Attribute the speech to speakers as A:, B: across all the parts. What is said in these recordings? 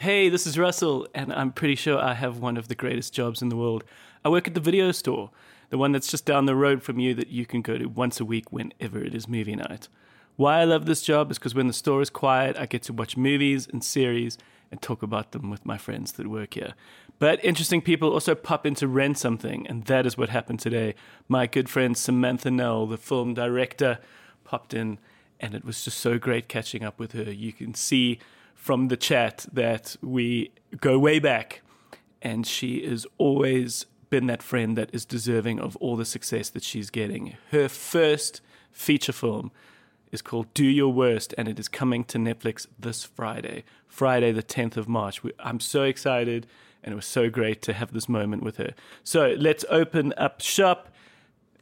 A: Hey, this is Russell, and I'm pretty sure I have one of the greatest jobs in the world. I work at the video store, the one that's just down the road from you that you can go to once a week whenever it is movie night. Why I love this job is because when the store is quiet, I get to watch movies and series and talk about them with my friends that work here. But interesting people also pop in to rent something, and that is what happened today. My good friend Samantha Nell, the film director, popped in, and it was just so great catching up with her. You can see from the chat that we go way back, and she has always been that friend that is deserving of all the success that she's getting. Her first feature film is called Do Your Worst, and it is coming to Netflix this Friday, Friday, the 10th of March. We, I'm so excited, and it was so great to have this moment with her. So let's open up shop.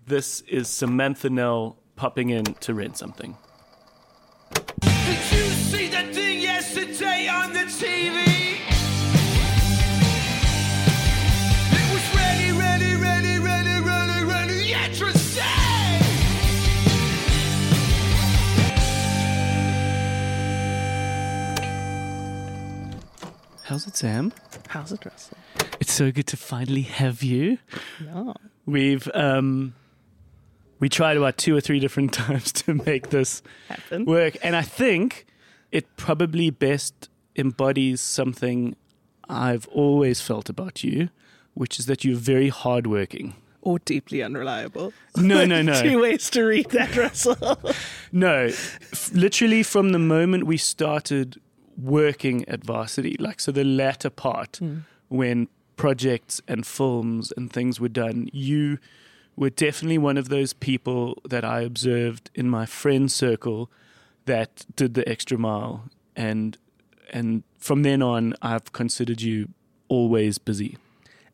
A: This is Samantha Nell popping in to rent something.
B: Did you see that thing yesterday on the TV? It was ready, ready, ready, ready, ready, ready, interesting!
A: How's it, Sam?
C: How's it, Russell?
A: It's so good to finally have you.
C: Yeah.
A: We've um, we tried about two or three different times to make this
C: Happen.
A: work, and I think it probably best embodies something I've always felt about you, which is that you're very hardworking.
C: or deeply unreliable.
A: No, no, no.
C: Two ways to read that, Russell.
A: No, f- literally from the moment we started working at varsity, like so the latter part when projects and films and things were done, you were definitely one of those people that I observed in my friend circle that did the extra mile and and from then on I've considered you always busy.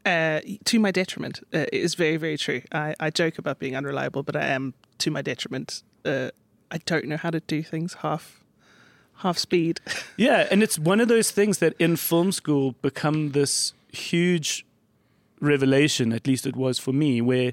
C: uh, to my detriment uh, it is very, very true. I, I joke about being unreliable, but I am to my detriment. Uh, I don't know how to do things half, half speed.
A: Yeah, and it's one of those things that in film school become this huge revelation, at least it was for me, where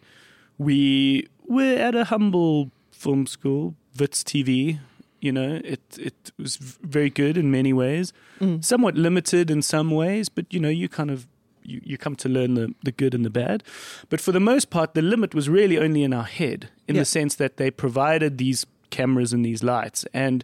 A: we were at a humble film school, Wits TV. You know, it it was v- very good in many ways,
C: Mm.
A: somewhat limited in some ways, but you know, you kind of you, you come to learn the, the good and the bad. But for the most part, the limit was really only in our head, in
C: Yeah.
A: the sense that they provided these cameras and these lights. And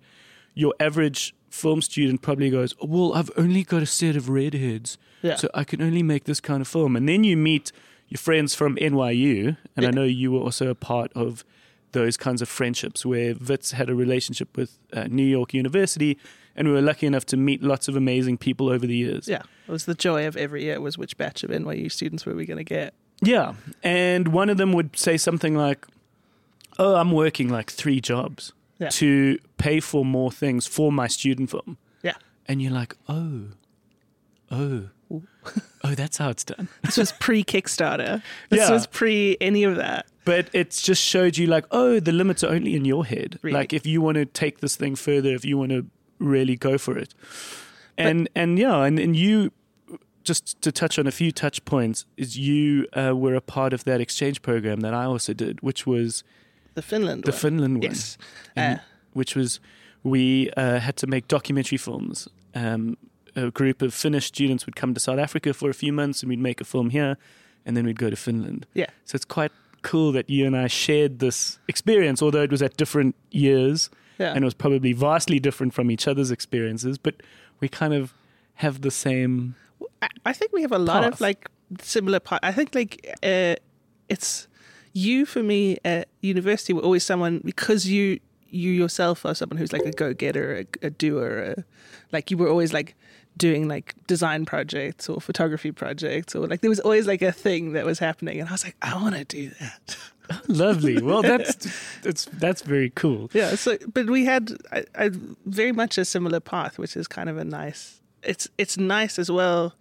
A: your average film student probably goes, oh, Well, I've only got a set of redheads,
C: Yeah.
A: so I can only make this kind of film. And then you meet your friends from NYU, and I
C: Yeah.
A: know you were also a part of those kinds of friendships where Vitz had a relationship with uh, New York University, and we were lucky enough to meet lots of amazing people over the years.
C: yeah, it was the joy of every year was which batch of NYU students were we going to get?
A: Yeah. And one of them would say something like, Oh, I'm working like three jobs
C: Yeah.
A: to pay for more things for my student film.
C: Yeah,
A: And you're like, Oh, oh, oh, that's how it's done.
C: this was pre Kickstarter. This
A: Yeah.
C: was pre any of that.
A: But it's just showed you, like, oh, the limits are only in your head.
C: Really.
A: Like, if you want to take this thing further, if you want to really go for it. And, and yeah, and, and you, just to touch on a few touch points, is you uh, were a part of that exchange program that I also did, which was
C: The Finland.
A: the
C: one.
A: Finland one.
C: Yes.
A: And-
C: Uh,
A: which was we uh, had to make documentary films. Um, a group of Finnish students would come to South Africa for a few months, and we'd make a film here, and then we'd go to Finland.
C: Yeah.
A: So it's quite cool that you and I shared this experience, although it was at different years,
C: Yeah.
A: and it was probably vastly different from each other's experiences. But we kind of have the same.
C: I- I think we have a lot
A: Path.
C: of like similar part. I think like uh, it's you for me at university were always someone because you you yourself are someone who's like a go getter, a, a doer, a, like you were always like doing like design projects or photography projects or like there was always like a thing that was happening and I was like I want to do that.
A: Lovely. Well, that's that's that's very cool.
C: Yeah. So, but we had I, I very much a similar path, which is kind of a nice. It's it's nice as well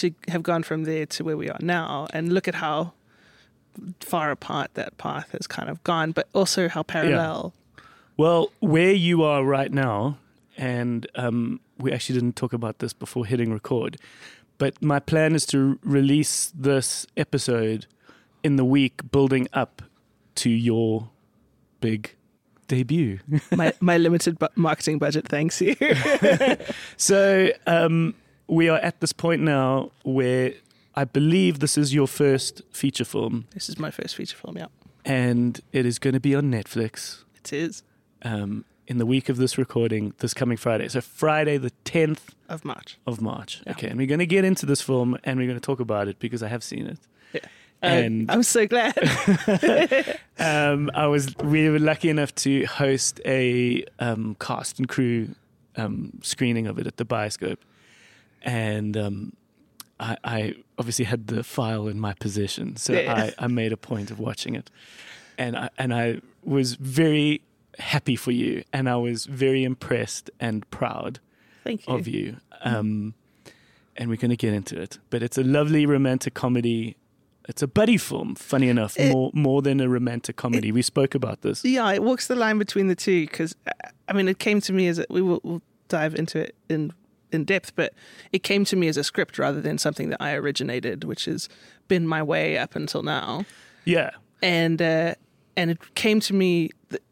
C: to have gone from there to where we are now, and look at how far apart that path has kind of gone, but also how parallel.
A: Well, where you are right now, and um, we actually didn't talk about this before hitting record, but my plan is to release this episode in the week building up to your big debut.
C: my my limited bu- marketing budget, thanks you.
A: so um, we are at this point now where I believe this is your first feature film,
C: This is my first feature film. Yeah,
A: and it is going to be on Netflix
C: it is
A: um, in the week of this recording, this coming Friday. So Friday the tenth
C: of March.
A: of March.
C: Yeah.
A: Okay, and we're going to get into this film and we're going to talk about it because I have seen it.
C: Yeah.
A: And-
C: And I'm so glad.
A: Um, I was we were lucky enough to host a um, cast and crew um, screening of it at the Bioscope, and um, I, I obviously had the file in my possession, so
C: Yeah.
A: I, I made a point of watching it, and I and I was very happy for you, and I was very impressed and proud
C: Thank you.
A: of you. Um, and we're going to get into it. But it's a lovely romantic comedy. It's a buddy film, funny enough,
C: It-
A: more more than a romantic comedy.
C: Eh.
A: we spoke about this.
C: Yeah, it walks the line between the two because I mean, it came to me as a, we will we'll dive into it in in depth, but it came to me as a script rather than something that I originated, which has been my way up until now.
A: Yeah.
C: and uh, and it came to me. That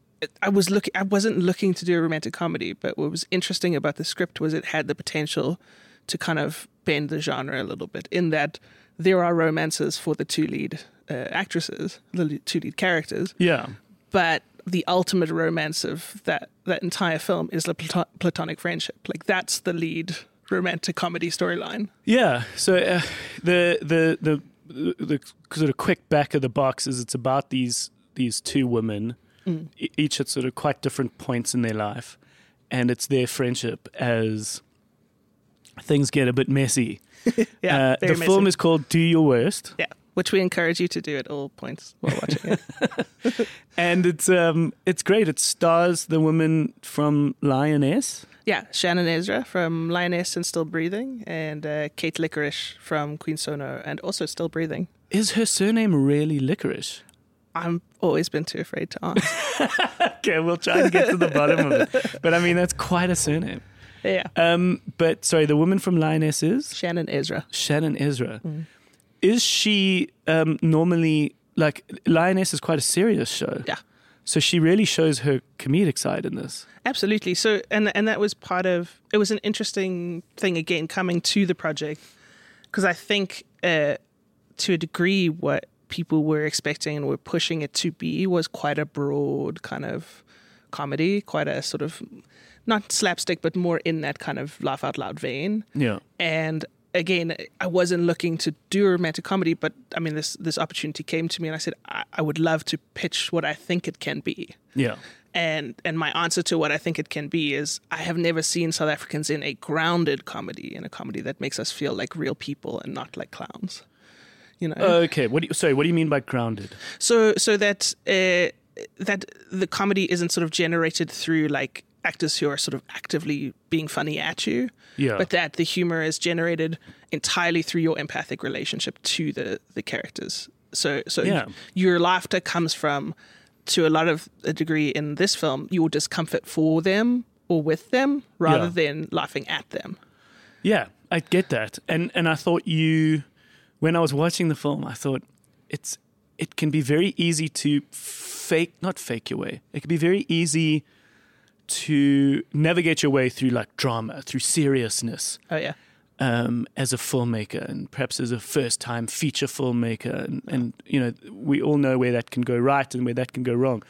C: I was looking. I wasn't looking to do a romantic comedy, but what was interesting about the script was it had the potential to kind of bend the genre a little bit. In that there are romances for the two lead uh, actresses, the le- two lead characters,
A: Yeah.
C: but the ultimate romance of that that entire film is the plato- platonic friendship. Like that's the lead romantic comedy storyline.
A: Yeah. So uh, the the the the sort of quick back of the box is it's about these these two women,
C: Mm.
A: e- each at sort of quite different points in their life, and it's their friendship as things get a bit messy.
C: Yeah,
A: Uh, the
C: very
A: film
C: amazing.
A: is called Do Your Worst.
C: yeah, which we encourage you to do at all points while watching it.
A: and it's um it's great. It stars the woman from Lioness.
C: Yeah, Shannon Ezra from Lioness and Still Breathing, and uh, Kate Licorice from Queen Sono and also Still Breathing.
A: Is her surname really licorice?
C: I'm always been too afraid to ask.
A: Okay, we'll try and get to the bottom of it. But I mean, that's quite a surname.
C: yeah,
A: Um, but sorry, the woman from Lioness is
C: Shannon Ezra.
A: Shannon Ezra.
C: Mm.
A: Is she um, normally like Lioness is quite a serious show?
C: Yeah,
A: So she really shows her comedic side in this.
C: absolutely. So, and and that was part of. It was an interesting thing again coming to the project because I think uh, to a degree what people were expecting and were pushing it to be was quite a broad kind of comedy, quite a sort of not slapstick, but more in that kind of laugh out loud vein.
A: Yeah.
C: and again i wasn't looking to do a romantic comedy but i mean this this opportunity came to me and i said I, I would love to pitch what i think it can be
A: Yeah.
C: and and my answer to what i think it can be is i have never seen south africans in a grounded comedy in a comedy that makes us feel like real people and not like clowns you know
A: Okay. What do you, sorry? What do you mean by grounded?
C: so so that uh, that the comedy isn't sort of generated through like actors who are sort of actively being funny at you
A: Yeah.
C: but that the humor is generated entirely through your empathic relationship to the the characters so so
A: Yeah.
C: your laughter comes from to a lot of a degree in this film your discomfort for them or with them rather
A: Yeah.
C: than laughing at them
A: Yeah, I get that, and and I thought you, when I was watching the film, I thought it's it can be very easy to fake, not fake your way. It can be very easy to navigate your way through like drama, through seriousness,
C: oh yeah
A: um, as a filmmaker and perhaps as a first time feature filmmaker. And, and, you know, we all know where that can go right and where that can go wrong.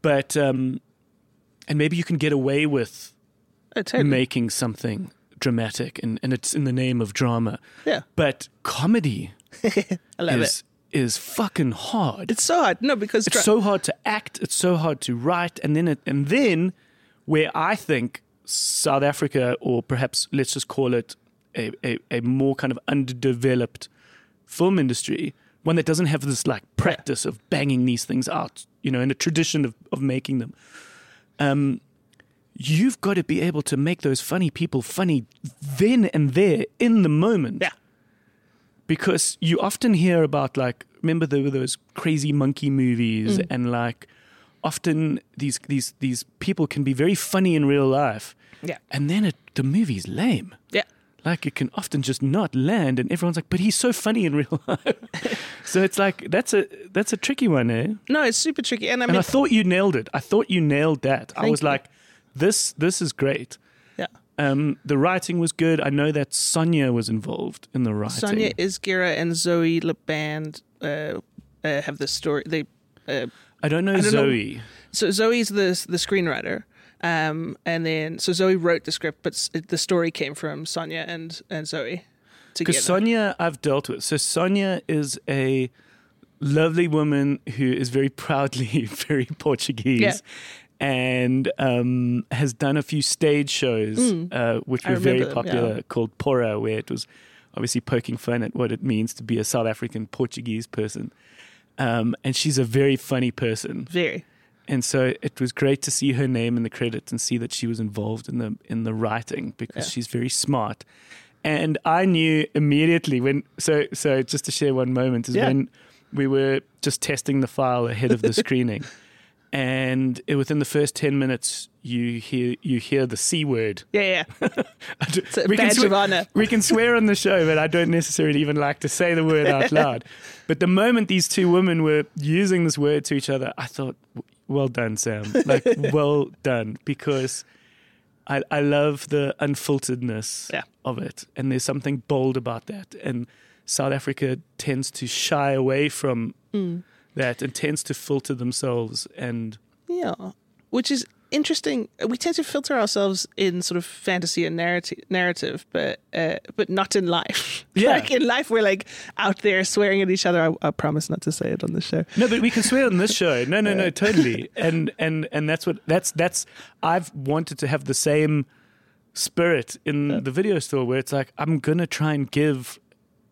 A: But, um, and maybe you can get away with
C: oh, totally
A: making something dramatic and, and it's in the name of drama.
C: yeah
A: But comedy
C: i love it
A: is, is fucking hard.
C: it's so hard no because
A: It's so hard to act. It's so hard to write. And then, it, and then, where I think South Africa, or perhaps let's just call it a, a, a more kind of underdeveloped film industry, one that doesn't have this like practice of banging these things out, you know, and a tradition of, of making them. Um, you've got to be able to make those funny people funny then and there in the moment
C: yeah
A: because you often hear about like remember there were those crazy monkey movies
C: Mm.
A: and like often these these these people can be very funny in real life
C: yeah
A: and then it, the movie's lame
C: yeah
A: like it can often just not land and everyone's like but he's so funny in real life so it's like that's a that's a tricky one eh and
C: no it's super tricky and i mean
A: i thought you nailed it i thought you nailed that i
C: Thank
A: was
C: you.
A: like this this is great
C: yeah
A: Um, the writing was good. I know that Sonia was involved in the writing.
C: Sonia Isgira and Zoe LeBand uh, uh, have this story. They uh,
A: I don't know
C: don't know-
A: Zoe.
C: so Zoe's the the screenwriter, um, and then so Zoe wrote the script, but s- the story came from Sonia and and Zoe together.
A: Because Sonia, I've dealt with. So Sonia is a lovely woman who is very proudly very Portuguese.
C: Yeah.
A: And um, has done a few stage shows, uh, which
C: Hmm. I
A: were very
C: remember them, yeah.
A: popular, called Pora, where it was obviously poking fun at what it means to be a South African Portuguese person. Um, and she's a very funny person,
C: Very.
A: and so it was great to see her name in the credits and see that she was involved in the in the writing because
C: Yeah.
A: she's very smart. And I knew immediately when so so just to share one moment is
C: Yeah.
A: when we were just testing the file ahead of the screening. And it- within the first ten minutes, you hear you hear the c word.
C: Yeah, yeah. It's a badge
A: swe-
C: of honor.
A: we can swear on the show, but I don't necessarily even like to say the word out loud. But the moment these two women were using this word to each other, I thought, "W- well done, Sam. Like, well done. Because I, I love the unfilteredness
C: Yeah.
A: of it. And there's something bold about that. And South Africa tends to shy away from that and tends to filter themselves. And
C: Yeah, which is interesting. We tend to filter ourselves in sort of fantasy and narrative, narrative, but uh, but not in life.
A: Yeah.
C: like in life, we're like out there swearing at each other. I, I promise not to say it on the show.
A: No, but we can swear on this show. No, no, no, totally. And and and that's what that's that's I've wanted to have the same spirit in the video store where it's like I'm gonna try and give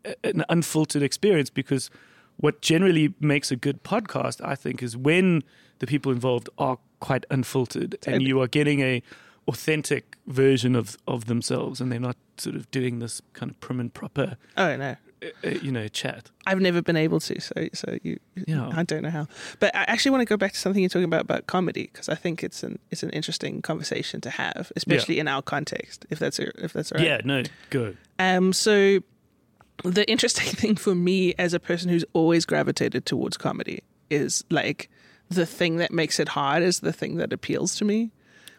A: a- an unfiltered experience because what generally makes a good podcast, I think, is when the people involved are quite unfiltered and
C: Totally.
A: you are getting a authentic version of of themselves and they're not sort of doing this kind of prim and proper
C: Oh no,
A: uh, uh, you know chat
C: I've never been able to. So so you,
A: Yeah.
C: I don't know how. But I actually want to go back to something you're talking about about comedy because I think it's an it's an interesting conversation to have, especially in our context. If that's if that's all right.
A: yeah no good
C: Um, so the interesting thing for me as a person who's always gravitated towards comedy is like the thing that makes it hard is the thing that appeals to me,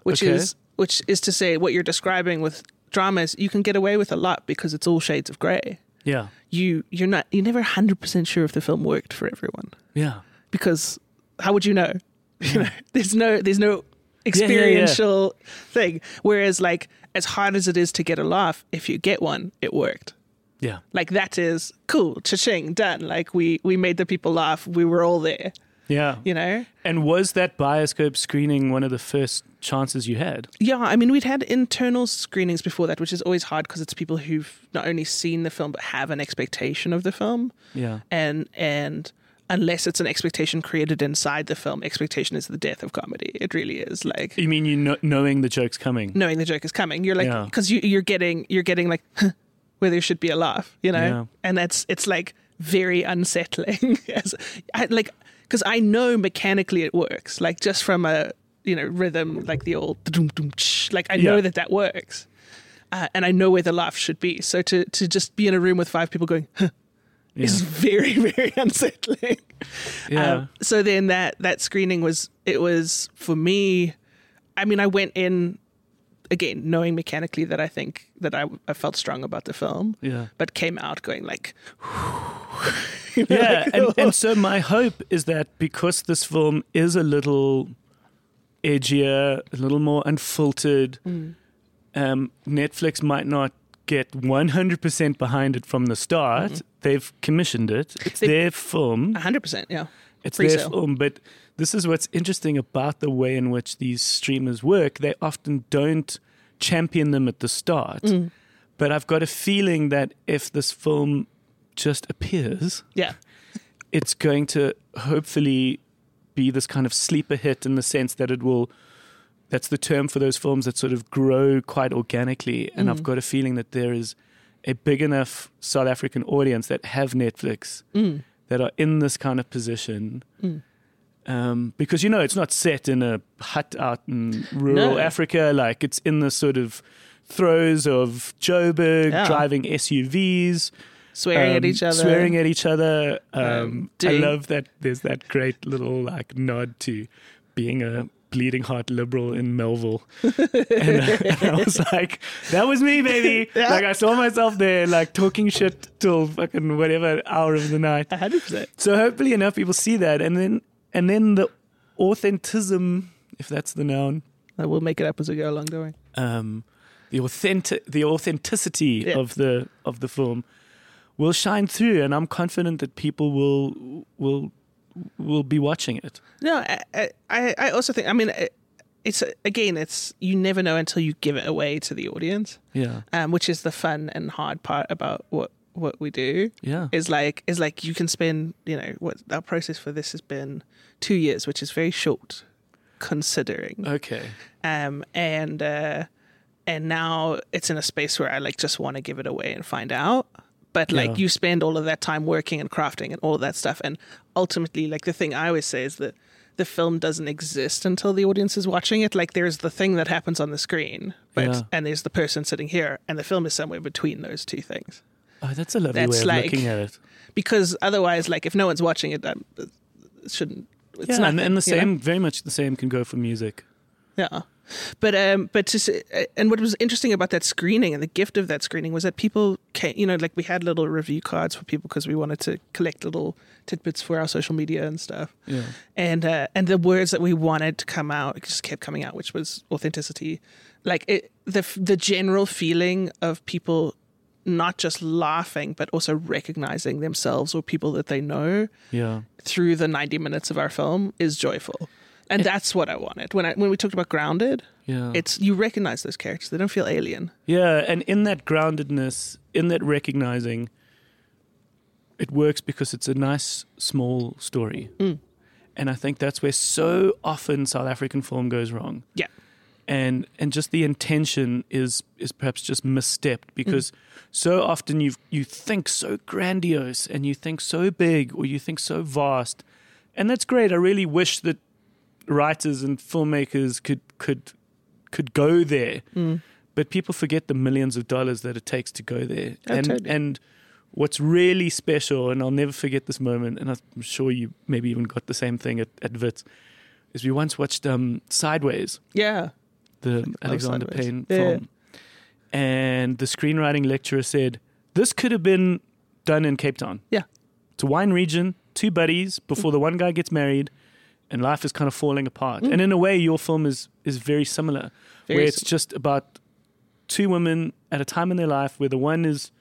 C: which
A: Okay.
C: is which is to say what you're describing with dramas you can get away with a lot because it's all shades of gray.
A: yeah
C: You you're not you're never 100% sure if the film worked for everyone
A: yeah
C: because how would you know? You know, there's no there's no
A: yeah, yeah.
C: experiential thing. Whereas like as hard as it is to get a laugh, if you get one, it worked.
A: yeah
C: Like that is cool, cha-ching, done. Like we we made the people laugh. We were all there,
A: Yeah.
C: you know.
A: And was that Bioscope screening one of the first chances you had?
C: Yeah, I mean we'd had internal screenings before that, which is always hard because it's people who've not only seen the film but have an expectation of the film.
A: Yeah.
C: and and unless it's an expectation created inside the film, expectation is the death of comedy. It really is like
A: You mean you know, knowing the joke's coming?
C: knowing the joke is coming. You're
A: Yeah.
C: like because you you're getting you're getting like "Huh, where there should be a laugh, you know,
A: Yeah.
C: and that's it's like very unsettling. As I, like because I know mechanically it works, like just from a you know rhythm, like the old dum dum like I know
A: Yeah.
C: that that works, uh, and I know where the laugh should be. So to to just be in a room with five people going. Huh,
A: Yeah.
C: Is very very unsettling.
A: yeah.
C: Um, so then that that screening was it was for me. I mean, I went in again knowing mechanically that I think that I, I felt strong about the film,
A: yeah.
C: but came out going like,
A: Yeah.
C: Like,
A: And, and so my hope is that because this film is a little edgier, a little more unfiltered, um, Netflix might not get 100% behind it from the start. They've commissioned it, Mm-hmm. it's
C: They-
A: their film.
C: hundred percent, yeah,
A: It's
C: Free
A: their
C: sale.
A: film, but this is what's interesting about the way in which these streamers work. They often don't champion them at the start. But I've got a feeling that if this film just appears,
C: yeah,
A: it's going to hopefully be this kind of sleeper hit in the sense that it will that's the term for those films that sort of grow quite organically and i've got a feeling that there is a big enough south african audience that have netflix
C: Mm.
A: that are in this kind of position um, because you know it's not set in a hut out in rural
C: No.
A: africa like it's in the sort of throes of joburg
C: Yeah.
A: driving suvs
C: swearing at
A: um,
C: each other,
A: Swearing at each other. Um,
C: Um,
A: I
C: doing-
A: love that there's that great little like nod to being a bleeding heart liberal in Melville. and, and I was like, that was me, baby.
C: Yeah.
A: Like, I saw myself there, like, talking shit till fucking whatever hour of the night.
C: hundred percent.
A: So hopefully enough people see that, and then and then the authentism, if that's the noun,
C: I will make it up as we go along, don't worry.
A: um, the authentic the authenticity
C: Yeah.
A: of the of the film will shine through, and I'm confident that people will will will be watching it.
C: No, I- I, I, I also think. I mean, it- it's again, it's you never know until you give it away to the audience,
A: Yeah,
C: um, which is the fun and hard part about what what we do.
A: yeah,
C: Is like is like you can spend you know what our process for this has been two years, which is very short, considering.
A: okay,
C: Um, and uh, and now it's in a space where I like just want to give it away and find out. But like
A: Yeah.
C: you spend all of that time working and crafting and all that stuff, and ultimately, like the thing I always say is that the film doesn't exist until the audience is watching it. Like there's the thing that happens on the screen, but
A: Yeah.
C: and there's the person sitting here, and the film is somewhere between those two things.
A: oh, that's a lovely
C: That's
A: way of
C: like-
A: looking at it.
C: Because otherwise, like if no one's watching it, um, it shouldn't. It's
A: Yeah,
C: not
A: and, and the same, very much the same, can go for music.
C: Yeah. But um, but just uh, and what was interesting about that screening and the gift of that screening was that people came, you know, like we had little review cards for people because we wanted to collect little tidbits for our social media and stuff,
A: Yeah,
C: and uh, and the words that we wanted to come out just kept coming out, which was authenticity, like it, the the general feeling of people not just laughing but also recognizing themselves or people that they know
A: yeah,
C: through the 90 minutes of our film is joyful. And that's what I wanted. When I when we talked about grounded,
A: yeah.
C: it's you recognize those characters. They don't feel alien.
A: Yeah, and in that groundedness, in that recognizing, it works because it's a nice small story. And I think that's where so often South African film goes wrong.
C: Yeah.
A: And and just the intention is is perhaps just misstepped because so often you you think so grandiose and you think so big or you think so vast. And that's great. I really wish that writers and filmmakers could could could go there
C: Mm.
A: but people forget the millions of dollars that it takes to go there.
C: Oh,
A: and
C: totally.
A: and what's really special, and I'll never forget this moment, and I'm sure you maybe even got the same thing at, at Wits, is we once watched um, Sideways,
C: Yeah.
A: the Alexander
C: Sideways.
A: Payne
C: Yeah.
A: film. And the screenwriting lecturer said, This could have been done in Cape Town.
C: Yeah. Mm.
A: It's a wine region, two buddies, before the one guy gets married and life is kind of falling apart. And in a way your film is is very similar
C: Very
A: where it's
C: sim-
A: just about two women at a time in their life where the one is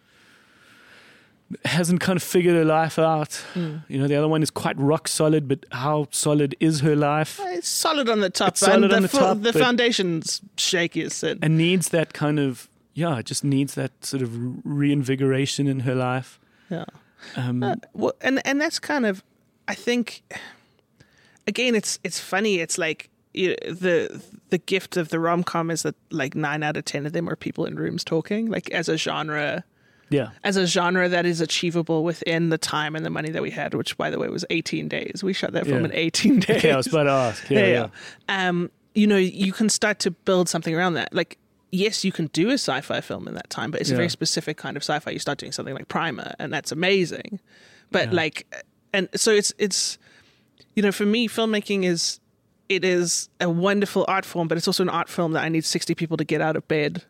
A: hasn't kind of figured her life out.
C: mm.
A: You know, the other one is quite rock solid, but how solid is her life?
C: Uh, It's solid on the top.
A: It's solid
C: and
A: on the
C: fo-
A: top,
C: the
A: but-
C: foundation's shaky as sin.
A: and needs that kind of yeah, it just needs that sort of re- reinvigoration in her life.
C: Yeah.
A: Um,
C: Uh, well, and and that's kind of, I think, again, it's it's funny. It's like you the the gift of the rom com is that like nine out of ten of them are people in rooms talking. Like as a genre,
A: yeah,
C: as a genre that is achievable within the time and the money that we had, which by the way was 18 days. We shot that film
A: Yeah.
C: in 18 days.
A: okay, I was about to ask. Yeah,
C: Yeah,
A: yeah,
C: yeah. Um, you know, you can start to build something around that. Like, yes, you can do a sci-fi film in that time, but it's a
A: Yeah.
C: very specific kind of sci-fi. You start doing something like Primer, and that's amazing. But like, and so it's it's, you know, for me, filmmaking is it is a wonderful art form, but it's also an art form that I need 60 people to get out of bed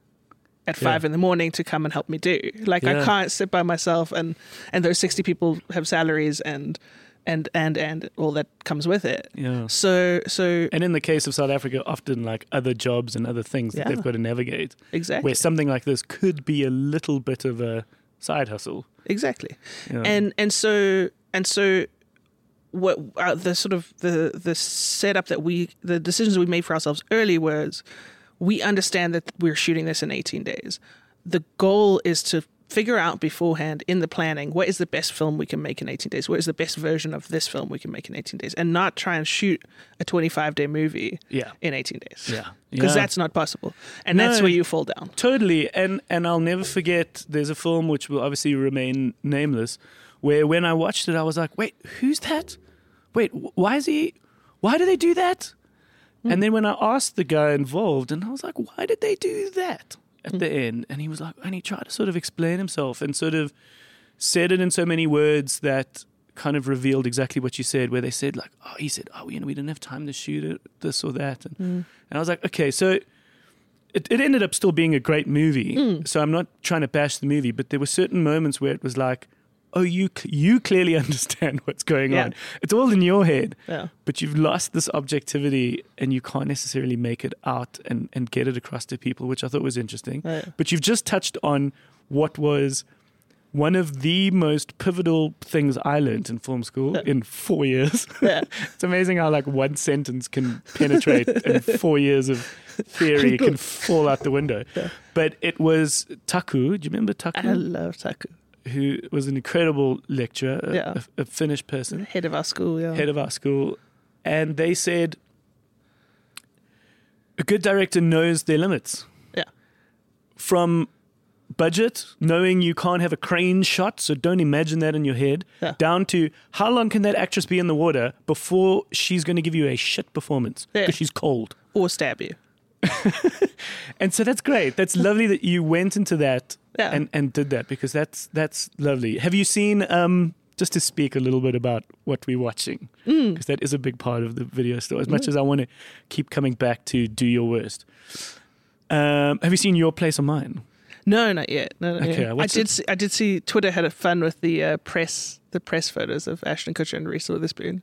C: at five
A: Yeah.
C: in the morning to come and help me do. Like I
A: Yeah.
C: can't sit by myself and and those 60 people have salaries and and and and all that comes with it.
A: Yeah.
C: So so
A: And in the case of South Africa, often like other jobs and other things that
C: Yeah.
A: they've got to navigate,
C: exactly
A: where something like this could be a little bit of a side hustle.
C: exactly.
A: Yeah.
C: and and so and so what uh, the sort of the the setup that we the decisions we made for ourselves early was we understand that we're shooting this in 18 days the goal is to figure out beforehand in the planning what is the best film we can make in 18 days what is the best version of this film we can make in 18 days and not try and shoot a 25 day movie
A: yeah,
C: in 18 days
A: yeah,
C: because
A: Yeah.
C: that's not possible and that's
A: No.
C: where you fall down
A: Totally, and and I'll never forget. There's a film which will obviously remain nameless, where when I watched it, I was like, "Wait, who's that? Wait, wh- why is he? Why do they do that?" And then when I asked the guy involved, and I was like, "Why did they do that?" At the end, and he was like, and he tried to sort of explain himself and sort of said it in so many words that kind of revealed exactly what you said, where they said like, "Oh, he said, oh, you know, we didn't have time to shoot it, this or that," and and I was like, okay, so it, it ended up still being a great movie. So I'm not trying to bash the movie, but there were certain moments where it was like, oh, you cl- you clearly understand what's going
C: Yeah.
A: on. It's all in your head,
C: Yeah.
A: but you've lost this objectivity and you can't necessarily make it out and and get it across to people, which I thought was interesting.
C: Right.
A: But you've just touched on what was. One of the most pivotal things I learned in film school
C: Yeah.
A: in four years.
C: Yeah.
A: it's amazing how like one sentence can penetrate and four years of theory can fall out the window. But it was Taku. Do you remember
C: I
A: Taku,
C: love Taku,
A: who was an incredible lecturer, a,
C: Yeah.
A: a- a Finnish person,
C: head of our school. um, Yeah,
A: head of our school, and they said a good director knows their limits.
C: Yeah.
A: From budget, knowing you can't have a crane shot, so don't imagine that in your head,
C: Yeah.
A: down to how long can that actress be in the water before she's going to give you a shit performance because
C: Yeah.
A: she's cold.
C: or stab you.
A: And so that's great. That's lovely that you went into that
C: Yeah.
A: and, and did that because that's that's lovely. Have you seen um just to speak a little bit about what we're watching
C: Mm.
A: because that is a big part of the video store. As much as I want to keep coming back to do your worst. Um, have you seen your place or mine?
C: No, not yet. No, not
A: Okay,
C: yet. I
A: what's
C: did.
A: it-
C: See, I did see Twitter had a fun with the uh, press, the press photos of Ashton Kutcher and Reese Witherspoon.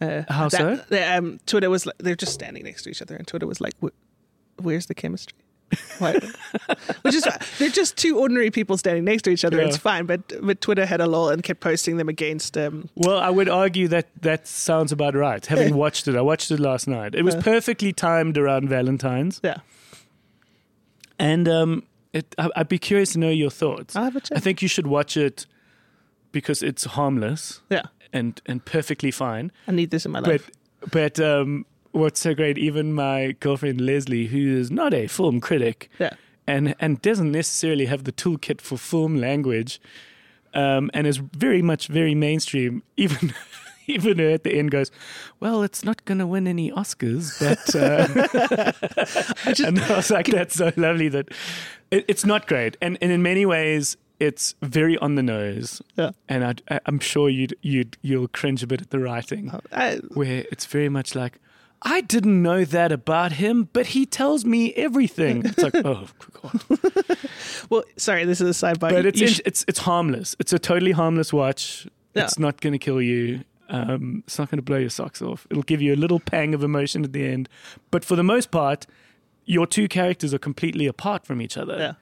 C: Uh,
A: How
C: that-
A: Oh, so?
C: that, um, Twitter was like, they're just standing next to each other, and Twitter was like, "Wh- "Where's the chemistry?" Why- Which is uh, they're just two ordinary people standing next to each other.
A: Yeah.
C: It's fine, but but Twitter had a lol and kept posting them against. Um,
A: Well, I would argue that that sounds about right. Having watched it, I watched it last night. It was
C: Uh.
A: perfectly timed around Valentine's,
C: yeah,
A: and um, it, I, I'd be curious to know your thoughts.
C: I'll have a
A: I
C: check.
A: think you should watch it because it's harmless
C: yeah,
A: and and perfectly fine.
C: I need this in my
A: But
C: life.
A: but um, what's so great? Even my girlfriend Leslie, who is not a film critic
C: yeah,
A: and and doesn't necessarily have the toolkit for film language, um, and is very much very mainstream. Even even her at the end goes, well, it's not going to win any Oscars, but. Uh, and I was like, that's so lovely that it, it's not great. And, and in many ways, it's very on the nose.
C: Yeah.
A: And I'd, I, I'm sure you'd, you'd, you'll cringe a bit at the writing
C: I,
A: where it's very much like, I didn't know that about him, but he tells me everything. It's like, oh, God.
C: well, sorry, this is a sidebar.
A: But
C: You-
A: it's,
C: you
A: in-
C: should-
A: it's, it's harmless. It's a totally harmless watch.
C: Yeah.
A: It's not going to kill you. Um, it's not going to blow your socks off. It'll give you a little pang of emotion at the end. But for the most part, your two characters are completely apart from each other.
C: yeah,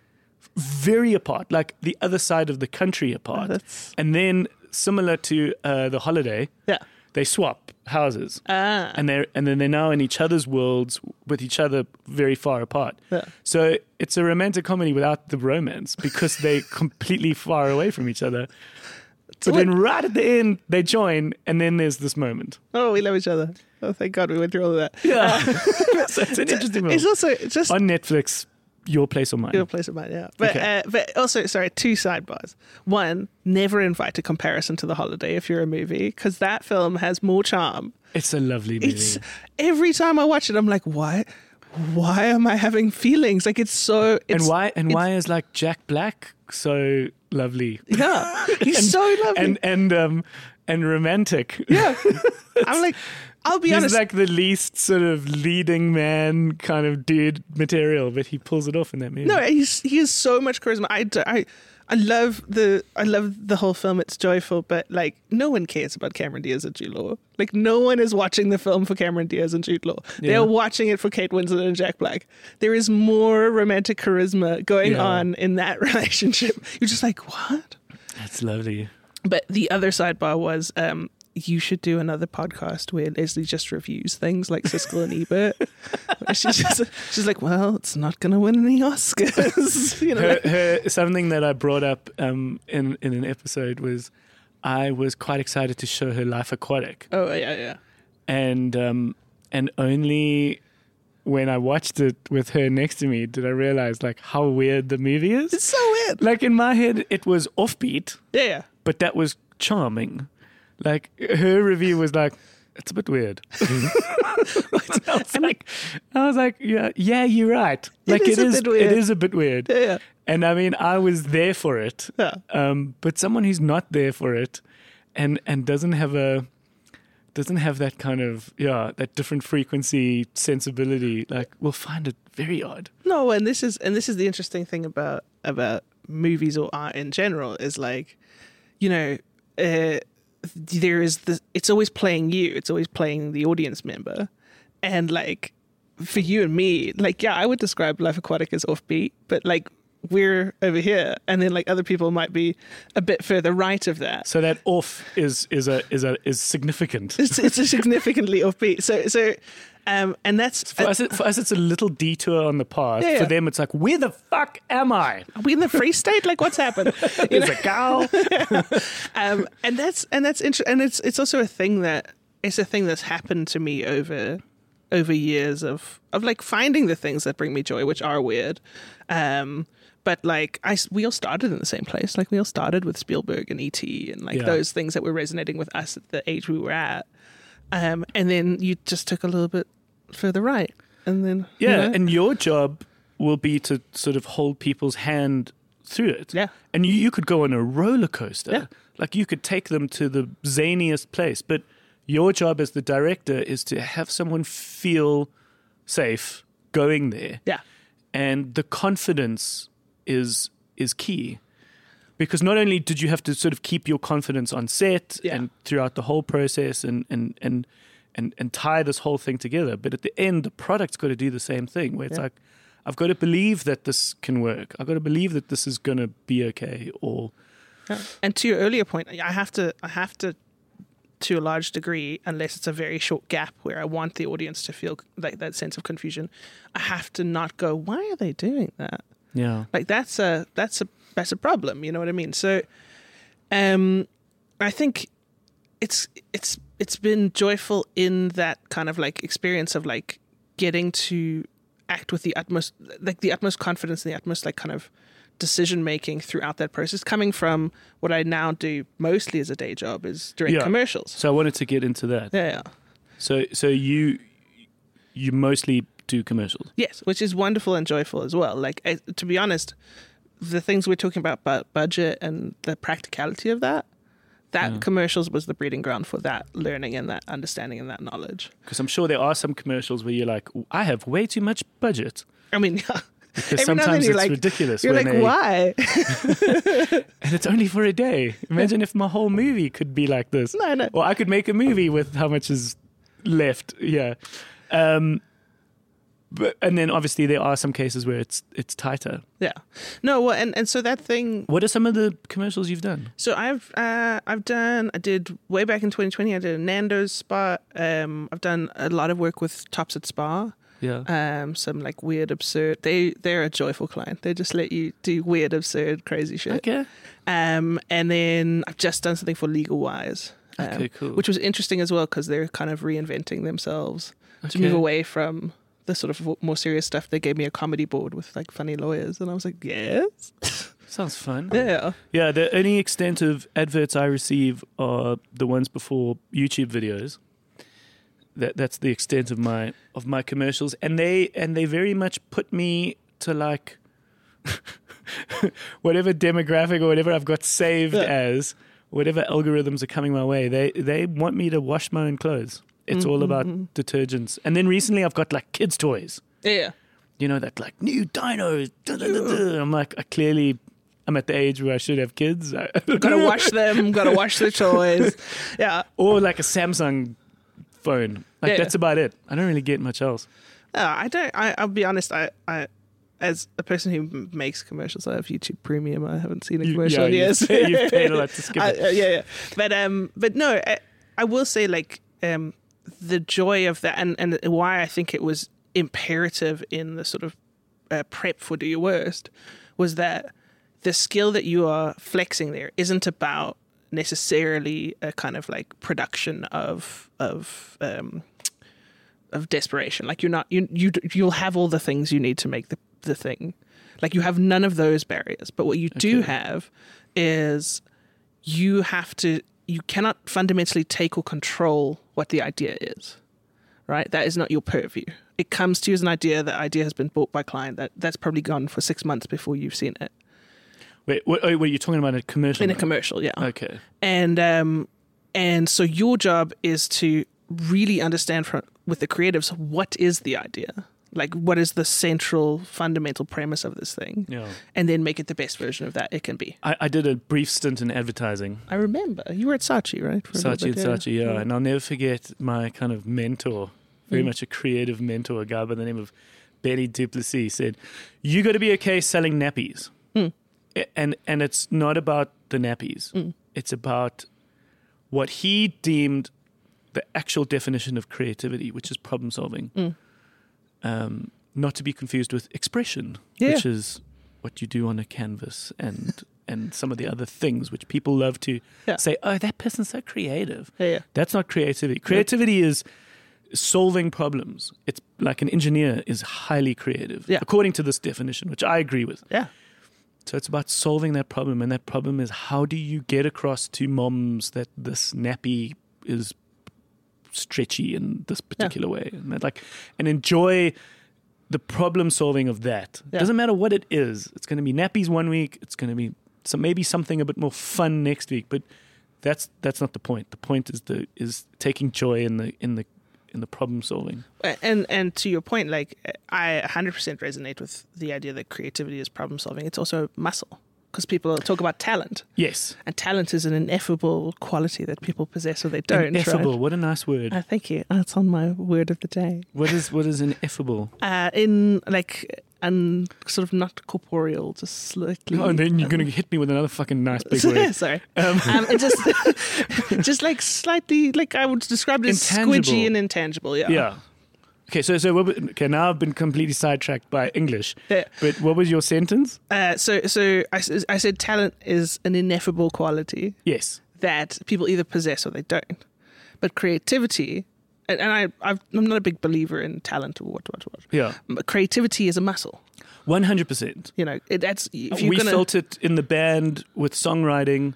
A: very apart, like the other side of the country apart.
C: Oh, that's-
A: and then, similar to uh, the holiday,
C: yeah.
A: they swap houses,
C: Ah,
A: and they're and then they're now in each other's worlds with each other very far apart.
C: Yeah.
A: So it's a romantic comedy without the romance because they're completely far away from each other. But then, right at the end, they join, and then there's this moment.
C: oh, we love each other. Oh, thank God we went through all of that.
A: Yeah, so it's an interesting
C: It's
A: moment
C: also just
A: on Netflix. Your place or mine?
C: Your place of mine, yeah. But
A: Okay.
C: uh, but also, sorry, two sidebars. One, never invite a comparison to The Holiday if you're a movie, because that film has more charm.
A: It's a lovely movie.
C: It's every time I watch it, I'm like, why, why am I having feelings? Like it's so. It's,
A: and why and
C: it's-
A: why is like Jack Black so lovely
C: Yeah, he's
A: And-
C: so lovely.
A: and and um and romantic?
C: yeah, I'm like, I'll be
A: He's
C: honest.
A: like the least sort of leading man kind of dude material, but he pulls it off in that movie.
C: No, he's he has so much charisma. I, d- I- I love the I love the whole film. It's joyful, but like no one cares about Cameron Diaz and Jude Law. Like no one is watching the film for Cameron Diaz and Jude Law.
A: Yeah.
C: They're watching it for Kate Winslet and Jack Black. There is more romantic charisma going
A: Yeah.
C: on in that relationship. You're just like what?
A: that's lovely.
C: But the other sidebar was um, you should do another podcast where Leslie just reviews things like Siskel and Ebert. she's just she's like, well, it's not going to win any Oscars, you know.
A: Her, her, something that I brought up um, in in an episode was I was quite excited to show her Life Aquatic,
C: oh yeah, yeah.
A: and um, and only when I watched it with her next to me did I realize like how weird the movie is.
C: It's so weird.
A: like in my head it was offbeat
C: Yeah, yeah.
A: but that was charming like her review was like it's a bit weird I, was like, I was like yeah yeah you're right like
C: is a bit weird.
A: it is a bit weird
C: yeah, yeah.
A: and i mean i was there for it
C: Yeah.
A: um, but someone who's not there for it and and doesn't have a doesn't have that kind of yeah that different frequency sensibility. Like we'll find it very odd.
C: No, and this is and this is the interesting thing about about movies or art in general is like, you know, uh, there is the it's always playing you, it's always playing the audience member, and like for you and me, like yeah, I would describe Life Aquatic as offbeat, but like we're over here, and then like other people might be a bit further right of that.
A: So that off is is a is a is significant.
C: It's it's a significantly offbeat. So so, um, and that's
A: For us, it, for us, it's a little detour on the path.
C: Yeah,
A: For
C: yeah.
A: them, it's like, where the fuck am I?
C: are we in the free state? Like what's happened? You know?
A: There's a cow.
C: um, and that's and that's inter- and it's it's also a thing that it's a thing that's happened to me over over years of of like finding the things that bring me joy, which are weird. Um, but like I, s- we all started in the same place. Like we all started with Spielberg and ET and like
A: Yeah.
C: those things that were resonating with us at the age we were at. Um, and then you just took a little bit further right, and then you
A: Yeah,
C: know,
A: and your job will be to sort of hold people's hand through it.
C: Yeah.
A: And you, you could go on a roller coaster.
C: Yeah.
A: Like you could take them to the zaniest place, but your job as the director is to have someone feel safe going there.
C: yeah,
A: And the confidence is is key. Because not only did you have to sort of keep your confidence on set
C: Yeah.
A: and throughout the whole process and and and and and tie this whole thing together. But at the end, the product's got to do the same thing. Where it's like, I've got to believe that this can work. I've got to believe that this is going to be okay. Or
C: And to your earlier point, I have to, I have to, to a large degree, unless it's a very short gap where I want the audience to feel like that sense of confusion, I have to not go. Why are they doing that?
A: yeah,
C: Like that's a that's a that's a problem. You know what I mean? So, um, I think it's it's it's been joyful in that kind of like experience of like getting to act with the utmost like the utmost confidence and the utmost like kind of decision making throughout that process coming from what I now do mostly as a day job is direct
A: Yeah.
C: commercials.
A: so I wanted to get into that.
C: Yeah. yeah.
A: So so you you mostly do commercials.
C: Yes, which is wonderful and joyful as well. Like I, to be honest, the things we're talking about about budget and the practicality of that that
A: Mm.
C: commercials was the breeding ground for that learning and that understanding and that knowledge.
A: Because I'm sure there are some commercials where you're like, I have way too much budget.
C: I mean, yeah.
A: Because
C: Every now and then
A: sometimes
C: you're
A: it's
C: like-
A: ridiculous.
C: You're
A: when they-
C: like, why?
A: And it's only for a day. Imagine if my whole movie could be like this.
C: No, no.
A: Or I could make a movie with how much is left. Yeah. Um, but and then obviously there are some cases where it's it's tighter.
C: yeah. No, well, and, and so that thing.
A: What are some of the commercials you've done?
C: So I've uh, I've done. I did way back in 2020. I did a Nando's spa. Um, I've done a lot of work with Tops at Spa.
A: Yeah.
C: Um, some like weird, absurd. They they're a joyful client. They just let you do weird, absurd, crazy shit.
A: okay.
C: Um, and then I've just done something for Legal Wise. um,
A: Okay, cool.
C: Which was interesting as well because they're kind of reinventing themselves to
A: Okay.
C: move away from the sort of more serious stuff. They gave me a comedy board with like funny lawyers, and I was like, yes,
A: Sounds fun.
C: yeah,
A: Yeah, the only extent of adverts I receive are the ones before YouTube videos. That that's the extent of my of my commercials, and they and they very much put me to like whatever demographic or whatever I've got saved
C: Yeah.
A: as, whatever algorithms are coming my way. They they want me to wash my own clothes. It's all about detergents. And then recently, I've got like kids' toys
C: yeah.
A: you know, that like new dinos. duh, duh, duh, duh. I'm like, I clearly, I'm at the age where I should have kids. I-
C: Gotta wash them. Gotta wash the toys. Yeah.
A: Or like a Samsung phone. Like
C: Yeah.
A: that's about it. I don't really get much else.
C: No, Uh, I don't. I, I'll be honest. I, I, as a person who m- makes commercials, I have YouTube Premium. I haven't seen a
A: You-
C: commercial in
A: yeah,
C: years.
A: you've paid- you've paid a lot to skip
C: I-
A: it.
C: uh, yeah, yeah. But um, but no, I, I will say like um, the joy of that, and and why I think it was imperative in the sort of uh, prep for do your worst was that the skill that you are flexing there isn't about necessarily a kind of like production of of um of desperation like you're not you you you'll have all the things you need to make the the thing like you have none of those barriers but what you do have is you have to you cannot fundamentally take or control what the idea is right that is not your purview it comes to you as an idea that idea has been bought by client that that's probably gone for six months before you've seen it
A: Wait, what, oh, wait you're talking about a commercial?
C: in a
A: now?
C: commercial yeah
A: Okay.
C: and um And so your job is to really understand from, with the creatives what is the idea? Like, what is the central fundamental premise of this thing?
A: Yeah.
C: And then make it the best version of that it can be.
A: I, I did a brief stint in advertising,
C: I remember you were at Saatchi, right? For a little
A: Saatchi and
C: bit,
A: Saatchi, yeah, and I'll never forget my kind of mentor, very
C: Mm.
A: much a creative mentor, a guy by the name of Benny Duplessis, said, "You got to be okay selling nappies,
C: Mm.
A: A- and and it's not about the nappies,
C: Mm.
A: it's about what he deemed the actual definition of creativity, which is problem solving,
C: Mm.
A: um, not to be confused with expression,
C: Yeah.
A: which is what you do on a canvas and." And some of the other things which people love to
C: Yeah.
A: say, oh, that person's so creative.
C: Yeah, yeah.
A: That's not creativity. Creativity is solving problems. It's like an engineer is highly creative,
C: Yeah.
A: according to this definition, which I agree with.
C: Yeah.
A: So it's about solving that problem, and that problem is how do you get across to moms that this nappy is stretchy in this particular way, and that, like, and enjoy the problem solving of that.
C: Yeah.
A: Doesn't matter what it is. It's going to be nappies one week. It's going to be some maybe something a bit more fun next week, but that's that's not the point. The point is the is taking joy in the in the in the problem solving.
C: and and to your point like i 100% resonate with the idea that creativity is problem solving it's also muscle because people talk about talent
A: Yes,
C: and talent is an ineffable quality that people possess or they don't right?
A: ineffable. What a nice word.
C: Uh, thank you that's on my word of the day
A: What is what is ineffable?
C: uh, in like and sort of not corporeal just slightly
A: Oh, and then you're going to hit me with another fucking nice big word.
C: Sorry, um, it just just like slightly like I would describe it as
A: Intangible.
C: squidgy and intangible. Yeah,
A: Yeah. Okay, so so what, w- okay now I've been completely sidetracked by English.
C: Yeah.
A: But what was your sentence?
C: Uh, so so I, s- I said talent is an ineffable quality
A: Yes.
C: that people either possess or they don't. But creativity, and, and I I've, I'm not a big believer in talent or what what what.
A: Yeah.
C: But creativity is a muscle.
A: One hundred percent.
C: You know it, that's if you're
A: We
C: gonna
A: felt it in the band with songwriting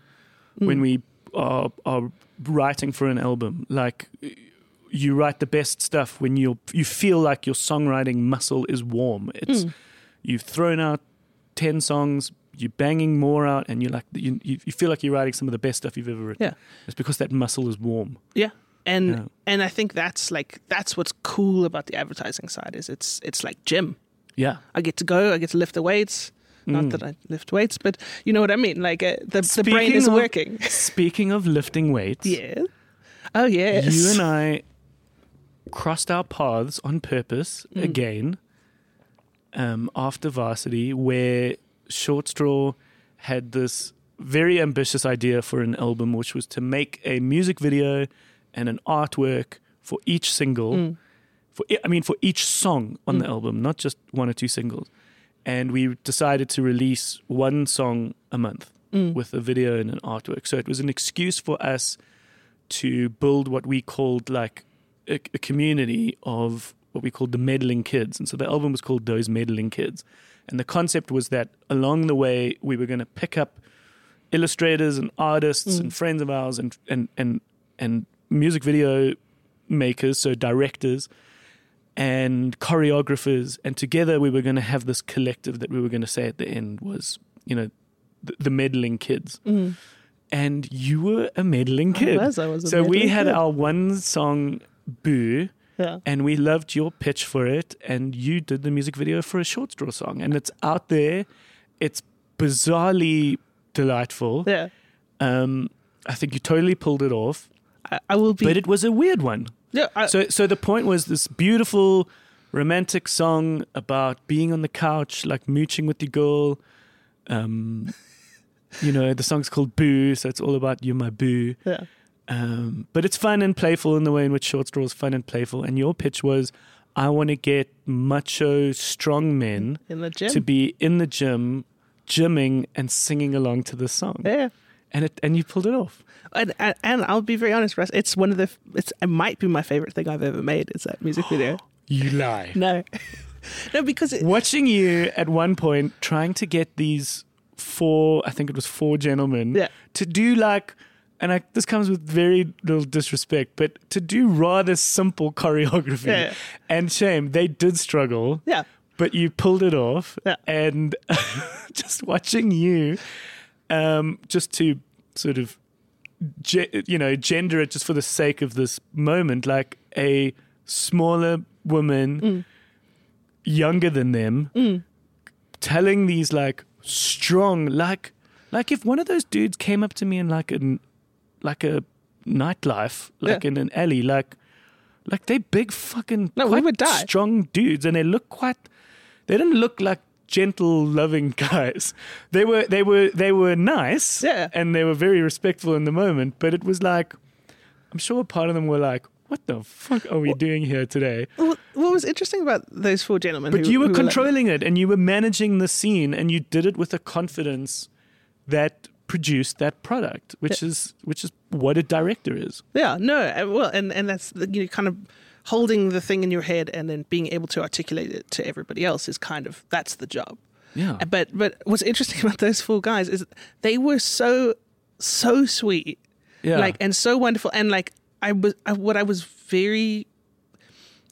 C: Mm.
A: when we are, are writing for an album. Like you write the best stuff when you you feel like your songwriting muscle is warm. It's
C: Mm.
A: you've thrown out ten songs, you're banging more out, and you're like you you you feel like you're writing some of the best stuff you've ever written.
C: yeah
A: It's because that muscle is warm.
C: yeah and
A: Yeah.
C: and I think that's like that's what's cool about the advertising side is it's it's like gym.
A: Yeah.
C: I get to go. I get to lift the weights.
A: Mm.
C: Not that I lift weights, but you know what I mean. Like uh, the, the brain
A: Speaking
C: is
A: of-
C: working.
A: Speaking of lifting weights,
C: Yeah. Oh yes.
A: you and I crossed our paths on purpose again um, after varsity, where Short Straw had this very ambitious idea for an album, which was to make a music video and an artwork for each single. For e- I mean, for each song on the album, not just one or two singles. And we decided to release one song a month with a video and an artwork. So it was an excuse for us to build what we called like a, a community of what we called the meddling kids. And so the album was called Those Meddling Kids. And the concept was that along the way, we were going to pick up illustrators and artists
C: Mm.
A: and friends of ours and, and, and, and music video makers, so directors and choreographers. And together we were going to have this collective that we were going to say at the end was, you know, the, the meddling kids. And you were a meddling
C: Mm. I
A: kid.
C: was, I was a
A: so we
C: meddling
A: had
C: kid.
A: our one song, Boo,
C: Yeah.
A: and we loved your pitch for it. And you did the music video for a short straw song. And it's out there. It's bizarrely delightful.
C: Yeah.
A: Um, I think you totally pulled it off,
C: I, I will be. Uh,
A: but it was a weird one.
C: yeah. I,
A: So, so the point was this beautiful, romantic song about being on the couch, like mooching with your girl. Um, you know, the song's called Boo, so it's all about you, my boo.
C: yeah.
A: Um, but it's fun and playful in the way in which short straw is fun and playful. And your pitch was, I want to get macho, strong men
C: In the gym.
A: to be in the gym, gymming and singing along to this song.
C: yeah.
A: And it and you pulled it off.
C: And, and and I'll be very honest, Russ. It's one of the. f- It's it might be my favorite thing I've ever made. Is that music video?
A: You lie.
C: no. no, because it,
A: watching you at one point trying to get these four i think it was four gentlemen
C: Yeah.
A: to do like and I, this comes with very little disrespect but to do rather simple choreography
C: Yeah.
A: and shame they did struggle
C: yeah.
A: but you pulled it off
C: Yeah.
A: and just watching you um, just to sort of ge- you know gender it just for the sake of this moment like a smaller woman younger than them
C: Mm.
A: telling these like strong like like if one of those dudes came up to me in like an like a nightlife like
C: Yeah.
A: in an alley like like they big fucking
C: No, we
A: quite
C: would die.
A: strong dudes and they look quite they didn't look like gentle loving guys they were they were they were nice
C: Yeah.
A: and they were very respectful in the moment but it was like i'm sure part of them were like what the fuck are we doing here today
C: Well, what was interesting about those four gentlemen?
A: but
C: who-
A: you were
C: who like-
A: controlling it and you were managing the scene and you did it with a confidence that produced that product, which is which is what a director is.
C: yeah, no, uh, well, and and that's the, you know kind of holding the thing in your head and then being able to articulate it to everybody else is kind of that's the job.
A: Yeah.
C: But but what's interesting about those four guys is they were so so sweet,
A: Yeah.
C: like and so wonderful, and like I was I, what I was very.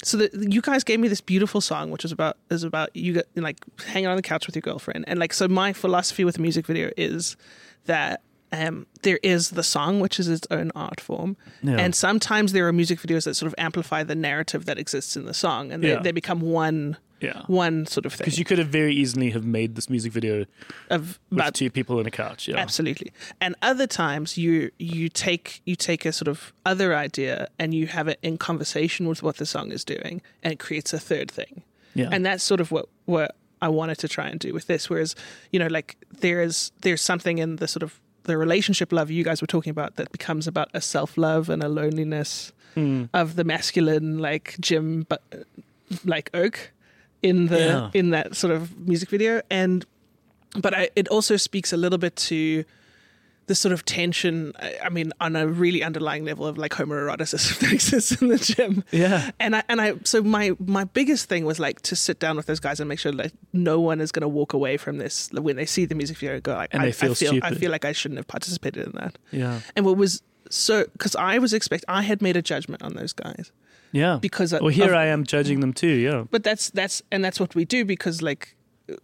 C: So that you guys gave me this beautiful song, which is about is about you get, like hanging on the couch with your girlfriend, and like so my philosophy with a music video is that um, there is the song, which is its own art form,
A: Yeah.
C: and sometimes there are music videos that sort of amplify the narrative that exists in the song, and they,
A: Yeah.
C: they become one
A: yeah.
C: one sort of thing
A: Because you could have very easily have made this music video
C: of
A: with
C: about
A: two people in a couch. Yeah.
C: absolutely and other times you you take you take a sort of other idea and you have it in conversation with what the song is doing and it creates a third thing
A: Yeah.
C: and that's sort of what what i wanted to try and do with this whereas you know like there is there's something in the sort of the relationship love you guys were talking about that becomes about a self-love and a loneliness
A: Hmm.
C: of the masculine like jim but like oak in the
A: Yeah.
C: in that sort of music video and but I, it also speaks a little bit to the sort of tension I, I mean on a really underlying level of like homoeroticism that exists in the gym
A: Yeah.
C: and i and i so my my biggest thing was like to sit down with those guys and make sure like no one is going to walk away from this when they see the music video and go like
A: And
C: I,
A: they feel
C: I feel i
A: stupid.
C: feel like i shouldn't have participated in that
A: Yeah.
C: and what was so because i was expect i had made a judgment on those guys
A: Yeah.
C: because
A: well, here
C: of,
A: I am judging them too. Yeah.
C: but that's that's and that's what we do because like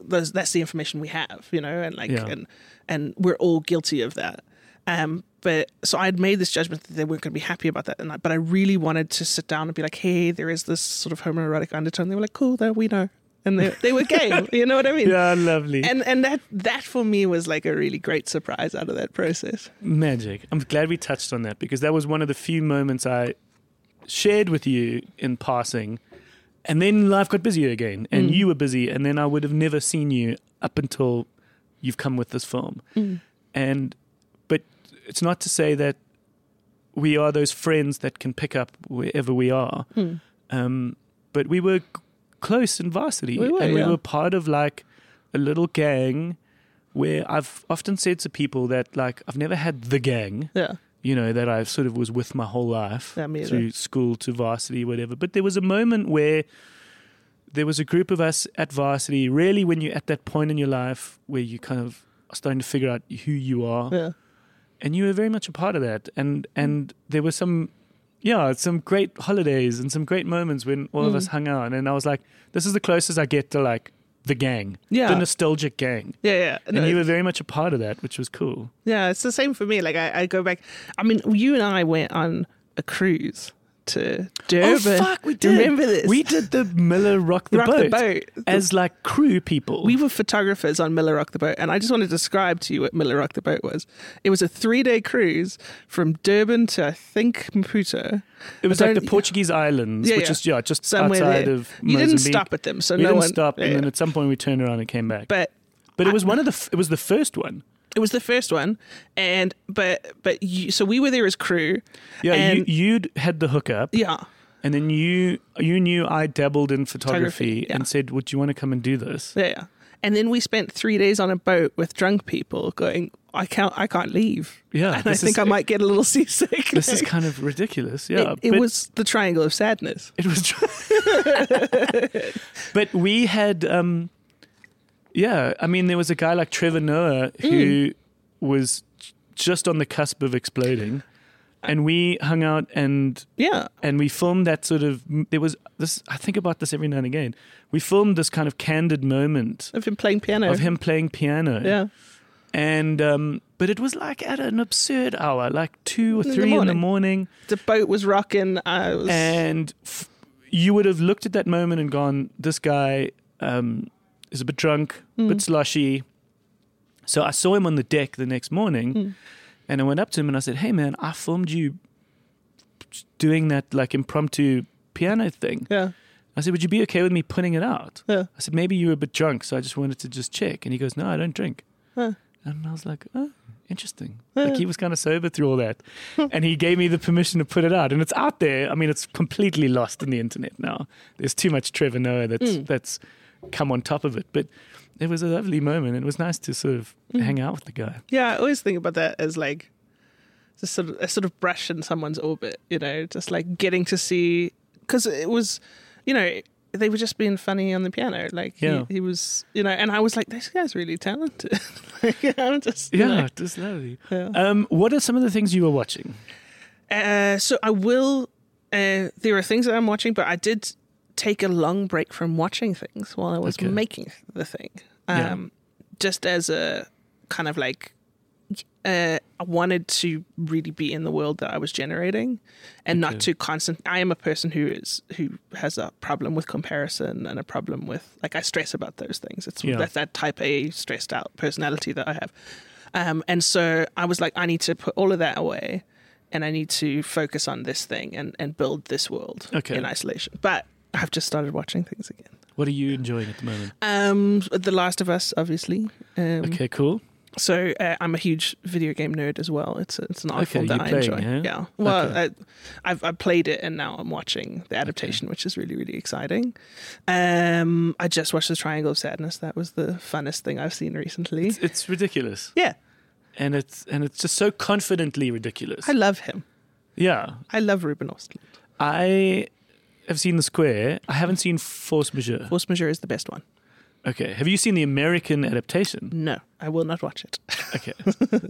C: those, that's the information we have you know and like
A: Yeah.
C: and and we're all guilty of that um but so i'd made this judgment that they weren't going to be happy about that and I, but i really wanted to sit down and be like hey there is this sort of homoerotic undertone they were like cool though we know and they, they were game you know what i mean
A: Yeah. Lovely.
C: and and that that for me was like a really great surprise out of that process
A: Magic. I'm glad we touched on that because that was one of the few moments I shared with you in passing. And then life got busy again, and
C: Mm.
A: you were busy, and then I would have never seen you up until you've come with this film.
C: Mm.
A: And but it's not to say that we are those friends that can pick up wherever we are.
C: Mm.
A: Um, but we were c- close in varsity,
C: We were,
A: and we
C: yeah.
A: were part of like a little gang where I've often said to people that like I've never had the gang,
C: yeah
A: you know, that I sort of was with my whole life
C: Yeah, me either.
A: through school to varsity, whatever. But there was a moment where there was a group of us at varsity. Really, when you're at that point in your life where you kind of are starting to figure out who you are,
C: yeah
A: and you were very much a part of that. And and there were some, yeah, some great holidays and some great moments when all
C: Mm.
A: of us hung out. And I was like, this is the closest I get to like the gang,
C: Yeah.
A: the nostalgic gang.
C: yeah yeah No,
A: And you were very much a part of that, which was cool.
C: Yeah, it's the same for me. Like I, I go back. I mean, you and I went on a cruise to Durban. Remember this?
A: Oh, We did the Miller Rock the,
C: Rock
A: boat,
C: the boat.
A: as like crew people.
C: we were photographers on Miller Rock the Boat, and I just want to describe to you what Miller Rock the Boat was. It was a three-day cruise from Durban to I think Maputo.
A: it was like the
C: Yeah.
A: Portuguese islands,
C: Yeah,
A: which
C: yeah.
A: is yeah, just
C: Somewhere
A: outside
C: there.
A: of
C: you didn't
A: Mozambique.
C: stop at them, so
A: we
C: no
A: didn't
C: one.
A: stop,
C: yeah.
A: and then at some point we turned around and came back.
C: but
A: But it was one of the f- it was the first one.
C: it was the first one, and but but you, so we were there as crew.
A: Yeah,
C: and,
A: you, you'd had the hookup,
C: yeah.
A: and then you you knew I dabbled in photography,
C: Photography, yeah.
A: and said, "Would you want to come and do this?"
C: Yeah, yeah. And then we spent three days on a boat with drunk people going, I can't I can't leave.
A: Yeah,
C: And I
A: this
C: think
A: is-
C: I might get a little seasick.
A: This is kind of ridiculous. Yeah,
C: it, it
A: but-
C: was the triangle of sadness.
A: It was. but we had, um, yeah. I mean, there was a guy like Trevor Noah who
C: Hmm.
A: was j- just on the cusp of exploding, and we hung out and
C: Yeah.
A: and we filmed that sort of. There was this. I think about this every now and again. We filmed this kind of candid moment
C: Of him playing piano.
A: of him playing piano.
C: Yeah.
A: and um, but it was like at an absurd hour, like two or
C: In the
A: three in the
C: morning.
A: morning,
C: The boat was rocking. I was.
A: and f- you would have looked at that moment and gone, "This guy um, is a bit drunk, a bit slushy." So I saw him on the deck the next morning,
C: Mm.
A: and I went up to him and I said, "Hey, man, I filmed you doing that like impromptu piano thing."
C: yeah,
A: I said, "Would you be okay with me putting it out?"
C: yeah.
A: I said, maybe you were a bit drunk, so I just wanted to just check. And he goes, no, I don't drink.
C: Huh.
A: And I was like, oh, interesting. Like he was kind of sober through all that. and he gave me the permission to put it out. And it's out there. I mean, it's completely lost in the internet now. There's too much Trevor Noah that's,
C: Mm.
A: that's come on top of it. But it was a lovely moment. And it was nice to sort of
C: Mm.
A: hang out with the guy.
C: Yeah, I always think about that as like just sort of a sort of brush in someone's orbit, you know, just like getting to see because it was, you know, they were just being funny on the piano, like he-
A: Yeah.
C: he, was, you know, and I was like, this guy's really talented. like, I'm just, you
A: Yeah,
C: know.
A: it was lovely.
C: Yeah.
A: Um, what are some of the things you were watching?
C: Uh, so I will. Uh, there are things that I'm watching, but I did take a long break from watching things while I was
A: Okay.
C: making the thing.
A: Yeah.
C: Um, Just as a kind of like, uh, I wanted to really be in the world that I was generating, and
A: Okay.
C: not to constant. I am a person who is who has a problem with comparison and a problem with like I stress about those things. It's
A: Yeah.
C: that's that type A stressed out personality that I have. Um, and so I was like, I need to put all of that away and I need to focus on this thing and, and build this world
A: Okay.
C: in isolation. But I've just started watching things again.
A: What are you enjoying at the moment?
C: Um, The Last of Us, obviously. Um,
A: Okay, cool.
C: So uh, I'm a huge video game nerd as well. It's a, it's an art
A: Okay,
C: form that
A: you're
C: I
A: playing,
C: enjoy.
A: yeah?
C: Yeah. Well,
A: Okay.
C: I, I've I played it and now I'm watching the adaptation, which is really really exciting. Um, I just watched The Triangle of Sadness. That was the funnest thing I've seen recently.
A: It's, it's ridiculous.
C: yeah,
A: And it's, and it's just so confidently ridiculous.
C: I love him.
A: yeah.
C: I love Ruben Ostlund.
A: I have seen The Square. I haven't seen Force Majeure.
C: Force Majeure is the best one.
A: Okay. Have you seen the American adaptation?
C: No, I will not watch it.
A: Okay.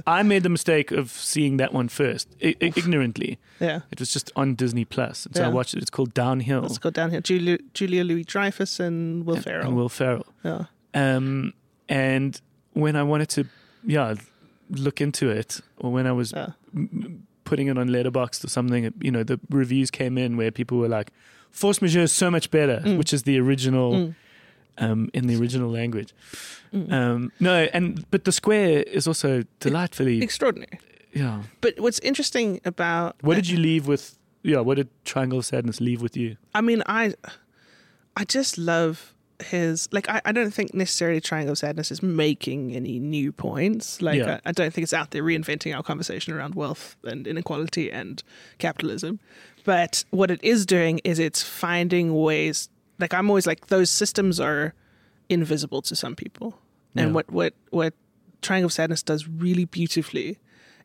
A: I made the mistake of seeing that one first, I- I- ignorantly.
C: yeah.
A: It was just on Disney Plus, and so I
C: Yeah.
A: watched it. It's called Downhill.
C: Let's go down here. Julia, Julia Louis Dreyfus and Will Ferrell.
A: Oh. And Will Ferrell.
C: yeah.
A: Um, and when I wanted to, yeah, look into it, or when I was
C: Yeah.
A: m- putting it on Letterboxd or something, you know, the reviews came in where people were like, "Force Majeure is so much better,"
C: Mm.
A: which is the original, um, in the original language.
C: mm,
A: Um, no, and but the square is also delightfully,
C: Extraordinary.
A: yeah.
C: But what's interesting about
A: What did you leave with? Yeah, what did Triangle of Sadness leave with you?
C: I mean, I I just love his like I, I don't think necessarily Triangle of Sadness is making any new points. Like
A: Yeah.
C: I, I don't think it's out there reinventing our conversation around wealth and inequality and capitalism. But what it is doing is it's finding ways like I'm always like those systems are invisible to some people. And
A: Yeah.
C: what, what what Triangle of Sadness does really beautifully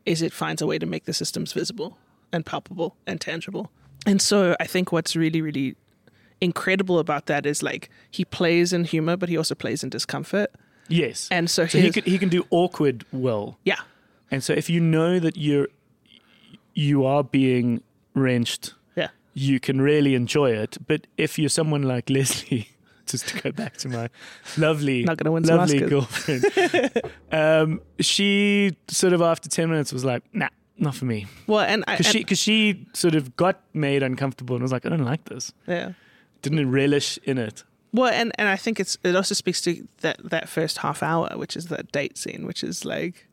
C: is it finds a way to make the systems visible and palpable and tangible. And so I think what's really, really incredible about that is like he plays in humor, but he also plays in discomfort.
A: Yes,
C: And so,
A: so he
C: his,
A: could he can do awkward well.
C: yeah,
A: And so if you know that you're you are being wrenched,
C: yeah,
A: you can really enjoy it. But if you're someone like Leslie, just to go back to my lovely
C: Not gonna win some
A: lovely
C: Oscars.
A: girlfriend, um, she sort of after ten minutes was like, nah, not for me.
C: well, and I,
A: Because she,
C: and-
A: cause she sort of got made uncomfortable and was like, I don't like this.
C: yeah.
A: Didn't relish in it.
C: Well, and, and I think it's it also speaks to that that first half hour, which is that date scene, which is like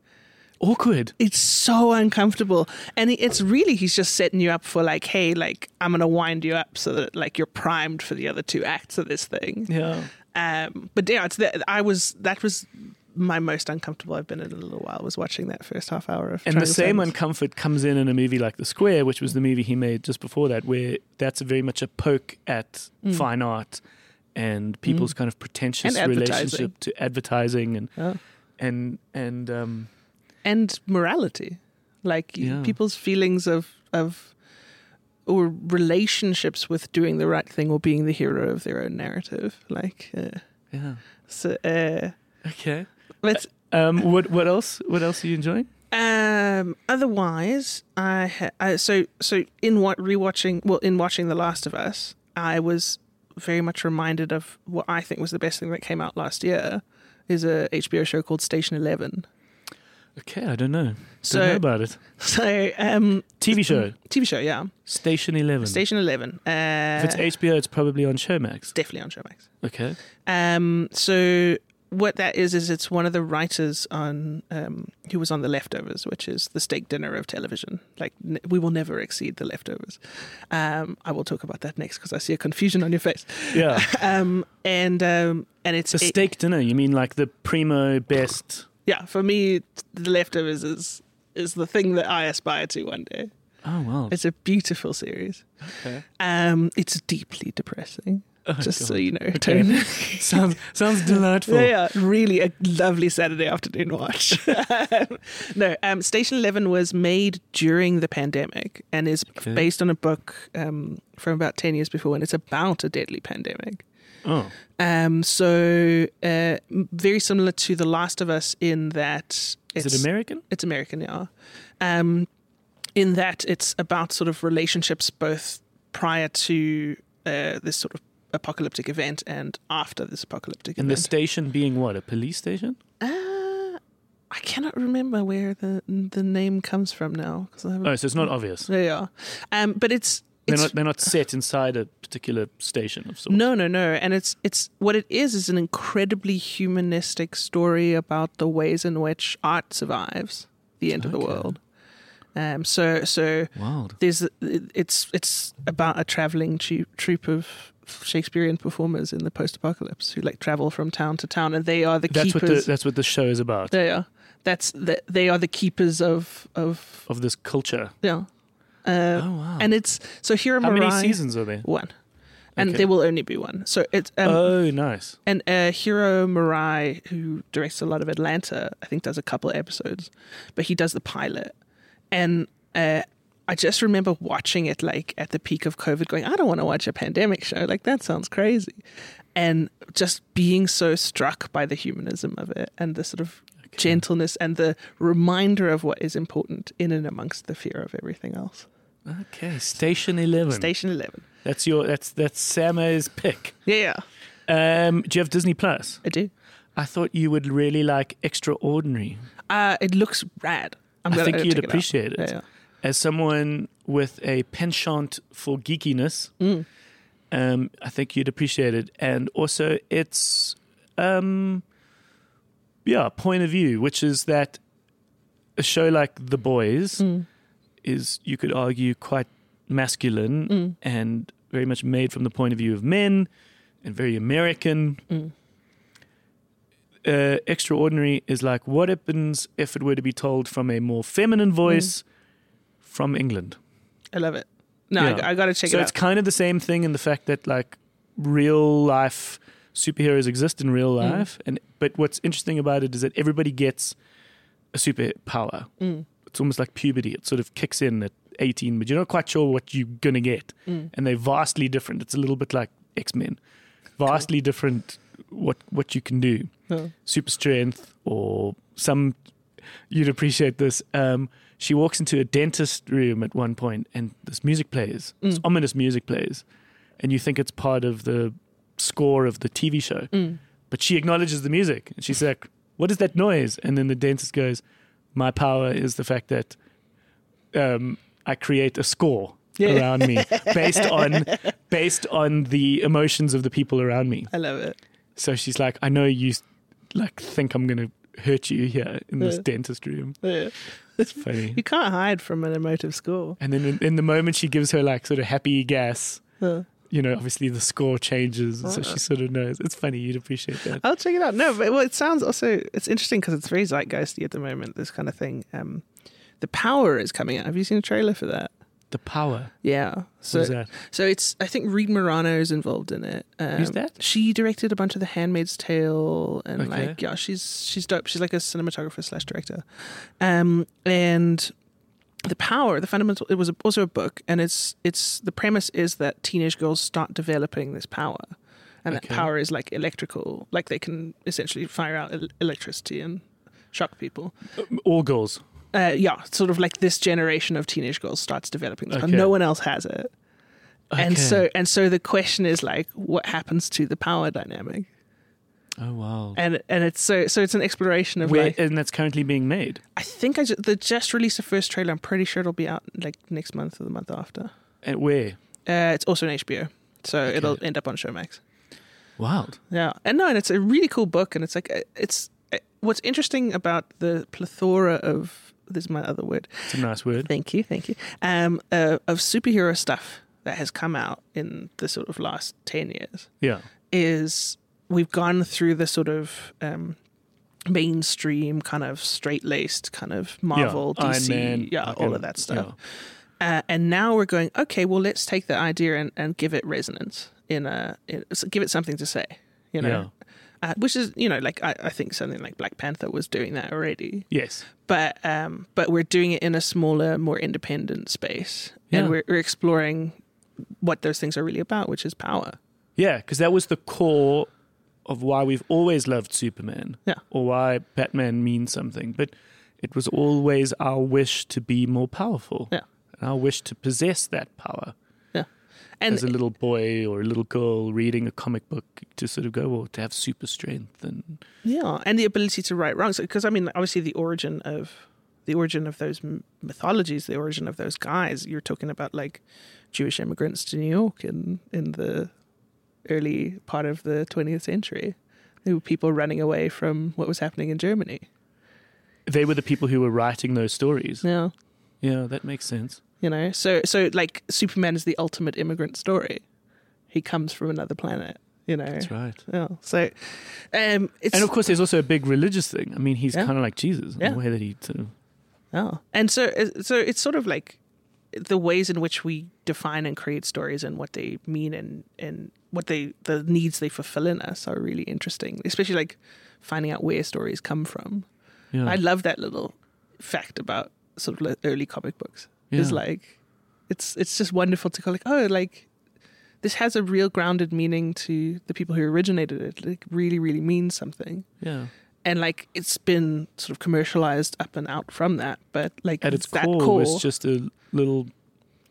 A: Awkward.
C: it's so uncomfortable and he- it's really he's just setting you up for like hey like i'm gonna wind you up so that like you're primed for the other two acts of this thing
A: Yeah.
C: um but yeah it's that i was that was my most uncomfortable i've been in a little while was watching that first half hour of
A: And the
C: Triangle
A: same
C: Sadness.
A: uncomfort comes in in a movie like The Square, which was the movie he made just before that, where that's very much a poke at fine art and people's kind of pretentious
C: And advertising.
A: relationship to advertising and
C: Yeah.
A: and and um,
C: and morality like you-
A: Yeah.
C: people's feelings of of or relationships with doing the right thing or being the hero of their own narrative like uh,
A: yeah.
C: so uh
A: Okay.
C: let's
A: Um, what what else? What else are you enjoying?
C: Um, otherwise, I, ha- I so so in what rewatching well in watching The Last of Us, I was very much reminded of what I think was the best thing that came out last year is a HBO show called Station Eleven,
A: Okay, I don't know.
C: So-
A: don't know about it.
C: So um,
A: TV show
C: TV show, yeah.
A: Station Eleven.
C: Station Eleven. Uh,
A: if it's HBO, it's probably on Showmax.
C: definitely on Showmax.
A: Okay.
C: Um, so what that is is it's one of the writers on um, who was on The Leftovers, which is the steak dinner of television. Like n- we will never exceed The Leftovers. Um, I will talk about that next because I see a confusion on your face.
A: Yeah.
C: Um, and um, and it's
A: The
C: it-
A: steak dinner. You mean like the primo best?
C: yeah, for me, The Leftovers is is the thing that I aspire to one day.
A: Oh wow.
C: It's a beautiful series.
A: Okay.
C: Um, it's deeply depressing. just so
A: Oh, God.
C: you know,
A: Okay.
C: Tone.
A: sounds sounds delightful.
C: Yeah, yeah, really a lovely Saturday afternoon watch. no, um, Station Eleven was made during the pandemic and is
A: Okay.
C: based on a book um, from about ten years before, and it's about a deadly pandemic.
A: Oh.
C: Um, so uh, m- very similar to The Last of Us in that
A: Is
C: it's
A: it American?
C: it's American, yeah. Um, in that it's about sort of relationships both prior to uh, this sort of apocalyptic event and after this apocalyptic
A: And the
C: event.
A: station being what? A police station?
C: Uh, I cannot remember where the the name comes from now because I haven't.
A: Oh, so it's not obvious.
C: Yeah, yeah. Um, but it's
A: They're
C: it's
A: not they're not set inside a particular station of sorts.
C: no, no, no. And it's it's what it is is an incredibly humanistic story about the ways in which art survives the end of the
A: Okay.
C: world. Um, so so
A: Wild.
C: there's it's it's about a traveling tu- troupe of Shakespearean performers in the post-apocalypse who like travel from town to town, and they are the
A: That's what
C: keepers.
A: the that's what the show is about.
C: They are. That's the, they are the keepers of of
A: of this culture.
C: yeah. Uh,
A: oh wow.
C: And it's so Hira
A: How many
C: Murai-
A: seasons are there?
C: One, and
A: Okay.
C: there will only be one. So it's um,
A: oh, nice.
C: and uh, Hiro Murai, who directs a lot of Atlanta, I think does a couple of episodes, but he does the pilot. And uh, I just remember watching it like at the peak of COVID, going, I don't want to watch a pandemic show. Like that sounds crazy, and just being so struck by the humanism of it and the sort of gentleness and the reminder of what is important in and amongst the fear of everything else.
A: Okay, Station Eleven.
C: Station Eleven.
A: that's your that's that's Samo's pick.
C: Yeah, yeah,
A: Um, do you have Disney Plus?
C: I do.
A: I thought you would really like Extraordinary.
C: Uh, it looks rad. I'm
A: I
C: glad
A: think
C: didn't
A: you'd
C: check it out.
A: appreciate it.
C: Yeah, yeah.
A: As someone with a penchant for geekiness,
C: Mm,
A: um, I think you'd appreciate it. And also, it's um, yeah, point of view, which is that a show like The Boys
C: Mm.
A: is, you could argue, quite masculine
C: Mm.
A: and very much made from the point of view of men and very American.
C: mm.
A: Uh, extraordinary is like what happens if it were to be told from a more feminine voice from England.
C: I love it. No,
A: Yeah.
C: I, I got to check
A: so
C: it
A: it's
C: out.
A: kind of the same thing in the fact that like real life superheroes exist in real
C: Mm-hmm.
A: life, and but what's interesting about it is that everybody gets a superpower.
C: Mm.
A: It's almost like puberty; it sort of kicks in at eighteen, but you're not quite sure what you're gonna get,
C: Mm.
A: and they're vastly different. It's a little bit like X Men, vastly different what what you can do
C: No.
A: super strength or some you'd appreciate this um she walks into a dentist room at one point and this music plays this ominous music plays and you think it's part of the score of the tv show
C: Mm.
A: but she acknowledges the music and she's like what is that noise and then the dentist goes my power is the fact that um i create a score
C: Yeah.
A: around me based on based on the emotions of the people around me
C: I love it.
A: so she's like, I know you like think I'm gonna hurt you here in this
C: Yeah.
A: dentist room.
C: Yeah.
A: It's funny.
C: You can't hide from an emotive score.
A: And then in, in the moment she gives her like sort of happy gas,
C: Uh,
A: you know, obviously the score changes, and so
C: Ah.
A: she sort of knows. It's funny. You'd appreciate that.
C: I'll check it out. No, but well, it sounds also it's interesting because it's very zeitgeisty at the moment. This kind of thing. Um, the Power is coming out. Have you seen a trailer for that?
A: The power.
C: Yeah. So
A: What is that?
C: so it's I think Reed Morano is involved in it. Um,
A: Who's that?
C: She directed a bunch of The Handmaid's Tale and
A: Okay.
C: like yeah, she's she's dope. She's like a cinematographer slash director. Um, and the power, the fundamental. It was also a book, and it's it's the premise is that teenage girls start developing this power, and
A: Okay.
C: that power is like electrical, like they can essentially fire out el- electricity and shock people.
A: All girls.
C: Uh, yeah, sort of like this generation of teenage girls starts developing this, power.
A: Okay.
C: no one else has it.
A: Okay.
C: And so and so the question is like, what happens to the power dynamic?
A: Oh wow.
C: and and it's so so it's an exploration of
A: Where,
C: like
A: and that's currently being made.
C: I think I just, they just released the first trailer. I'm pretty sure it'll be out like next month or the month after.
A: At where?
C: Uh, it's also an HBO, so it'll end up on Showmax.
A: Wild.
C: Yeah, and no, and it's a really cool book, and it's like uh, it's uh, what's interesting about the plethora of this is my other word.
A: It's a nice word.
C: Thank you, thank you. Um, uh, of superhero stuff that has come out in the sort of last ten years
A: Yeah.
C: is we've gone through the sort of um, mainstream kind of straight laced kind of Marvel,
A: yeah. Iron
C: DC,
A: Man,
C: yeah, all
A: fucking-
C: of that stuff. Uh, and now we're going okay. Well, let's take the idea and, and give it resonance in a in, so give it something to say, you know.
A: Yeah.
C: Uh, which is, you know, like I, I think something like Black Panther was doing that already,
A: Yes.
C: but um, but we're doing it in a smaller, more independent space,
A: Yeah.
C: and we're, we're exploring what those things are really about, which is power.
A: Yeah, because that was the core of why we've always loved Superman.
C: Yeah.
A: Or why Batman means something. But it was always our wish to be more powerful.
C: Yeah.
A: And our wish to possess that power.
C: Yeah, and
A: As a little boy or a little girl reading a comic book to sort of go, well, to have super strength and
C: Yeah, and the ability to right wrongs. Because I mean, obviously, the origin of the origin of those m- mythologies, the origin of those guys. You're talking about like Jewish immigrants to New York in in the early part of the 20th century. There were people running away from what was happening in Germany.
A: they were the people who were writing those stories.
C: Yeah,
A: Yeah, that makes sense.
C: you know. So so like Superman is the ultimate immigrant story. He comes from another planet. You know.
A: That's right.
C: Yeah. So, um, it's
A: And of course, there's also a big religious thing. I mean, he's
C: Yeah.
A: kind of like Jesus in
C: Yeah.
A: the way that he sort of
C: Oh, and so so it's sort of like the ways in which we define and create stories and what they mean and and what they the needs they fulfill in us are really interesting, especially like finding out where stories come from.
A: yeah.
C: I love that little fact about sort of like early comic books. It's
A: Yeah.
C: like it's it's just wonderful to go like oh like this has a real grounded meaning to the people who originated it. Like really really means something
A: yeah.
C: and like it's been sort of commercialized up and out from that but like
A: at its
C: that
A: core, was just a little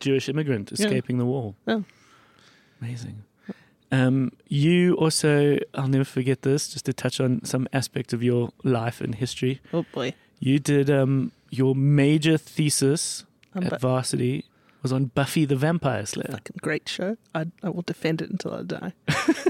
A: Jewish immigrant escaping the wall.
C: Yeah.
A: Amazing. Um, you also, I'll never forget this, just to touch on some aspect of your life and history.
C: oh boy
A: You did um, your major thesis
C: Um,
A: at
C: but-
A: Varsity was on Buffy the Vampire Slayer.
C: fucking great show I, I will defend it until i die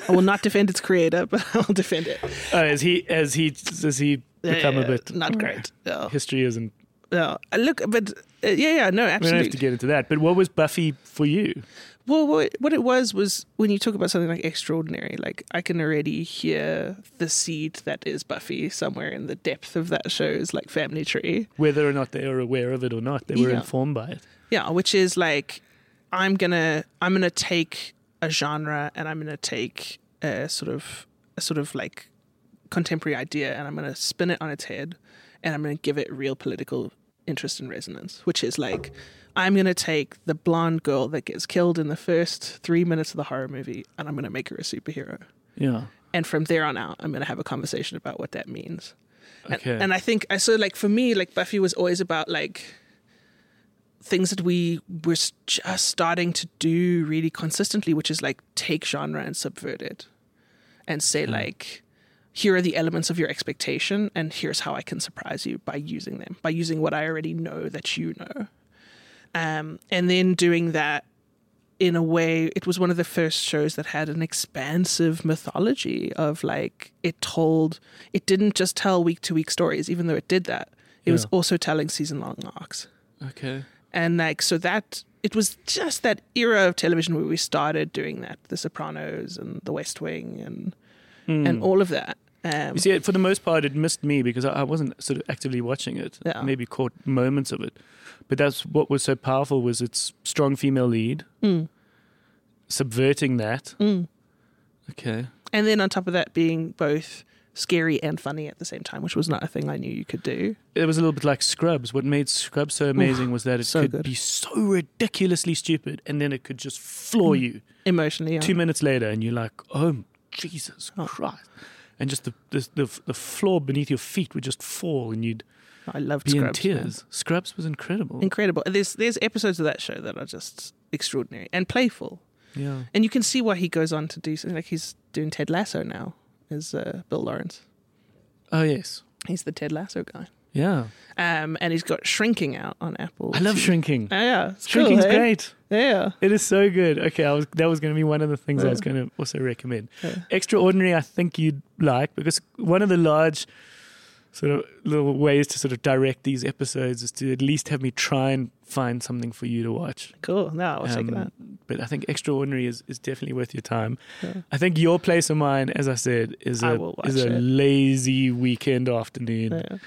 C: i will not defend its creator but i will defend it
A: Oh, as he, as he, as he become
C: Uh,
A: a bit Mm.
C: not great no,
A: History isn't.
C: no. Uh, look but uh, yeah yeah no
A: We don't have
C: absolutely
A: to get into that. But what was Buffy for you?
C: well what it- what it was was when you talk about something like extraordinary like i can already hear the seed that is buffy somewhere in the depth of that show's like family tree
A: Whether or not they were aware of it or not, they were
C: Yeah.
A: informed by it.
C: Yeah, which is like I'm gonna I'm gonna take a genre and I'm gonna take a sort of a sort of like contemporary idea and I'm gonna spin it on its head and I'm gonna give it real political interest and resonance, which is like I'm gonna take the blonde girl that gets killed in the first three minutes of the horror movie and I'm gonna make her a superhero.
A: Yeah.
C: And from there on out, I'm gonna have a conversation about what that means. And-
A: Okay.
C: And, I think I so like for me, like Buffy was always about like things that we were s- just starting to do really consistently, which is like take genre and subvert it, and say like, here are the elements of your expectation, and here's how I can surprise you by using them, by using what I already know that you know, um, and then doing that in a way, it was one of the first shows that had an expansive mythology of like it told, it didn't just tell week to week stories, even though it did that. It was
A: Yeah.
C: also telling season long arcs.
A: okay.
C: And like, so that it was just that era of television where we started doing that The Sopranos and The West Wing and, and all of that. Um,
A: Hmm. You see, for the most part, it missed me because I, I wasn't sort of actively watching it.
C: Yeah.
A: Maybe caught moments of it, but that's what was so powerful was its strong female lead,
C: hmm.
A: subverting that. Okay.
C: Mm. and then on top of that, being both scary and funny at the same time, which was not a thing I knew you could do.
A: It was a little bit like Scrubs. What made Scrubs so amazing was that it
C: so
A: could
C: good.
A: be so ridiculously stupid, and then it could just floor you
C: Emotionally, Hmm. yeah.
A: two minutes later, and you're like, "Oh, Jesus Christ!" And just the the, the the floor beneath your feet would just fall, and you'd
C: I loved
A: be
C: Scrubs.
A: in
C: man.
A: tears. Scrubs was incredible.
C: incredible. There's there's episodes of that show that are just extraordinary and playful,
A: yeah.
C: and you can see why he goes on to do something like he's doing Ted Lasso now, is uh, Bill Lawrence.
A: Oh yes.
C: He's the Ted Lasso guy.
A: Yeah.
C: Um, and he's got Shrinking out on Apple.
A: I love
C: too.
A: shrinking.
C: Oh, yeah, it's cool,
A: Shrinking's
C: eh?
A: great.
C: Yeah,
A: It is so good. Okay, I was, that was going to be one of the things I was
C: Yeah.
A: going to also recommend.
C: Yeah.
A: Extraordinary, I think you'd like because one of the large sort of little ways to sort of direct these episodes is to at least have me try and find something for you to watch.
C: cool. No, I'll check it
A: Um,
C: out.
A: But I think Extraordinary is, is definitely worth your time.
C: Yeah.
A: I think your place of mine, as I said, is
C: I
A: a
C: will
A: is
C: watch
A: a
C: it.
A: lazy weekend afternoon.
C: Yeah.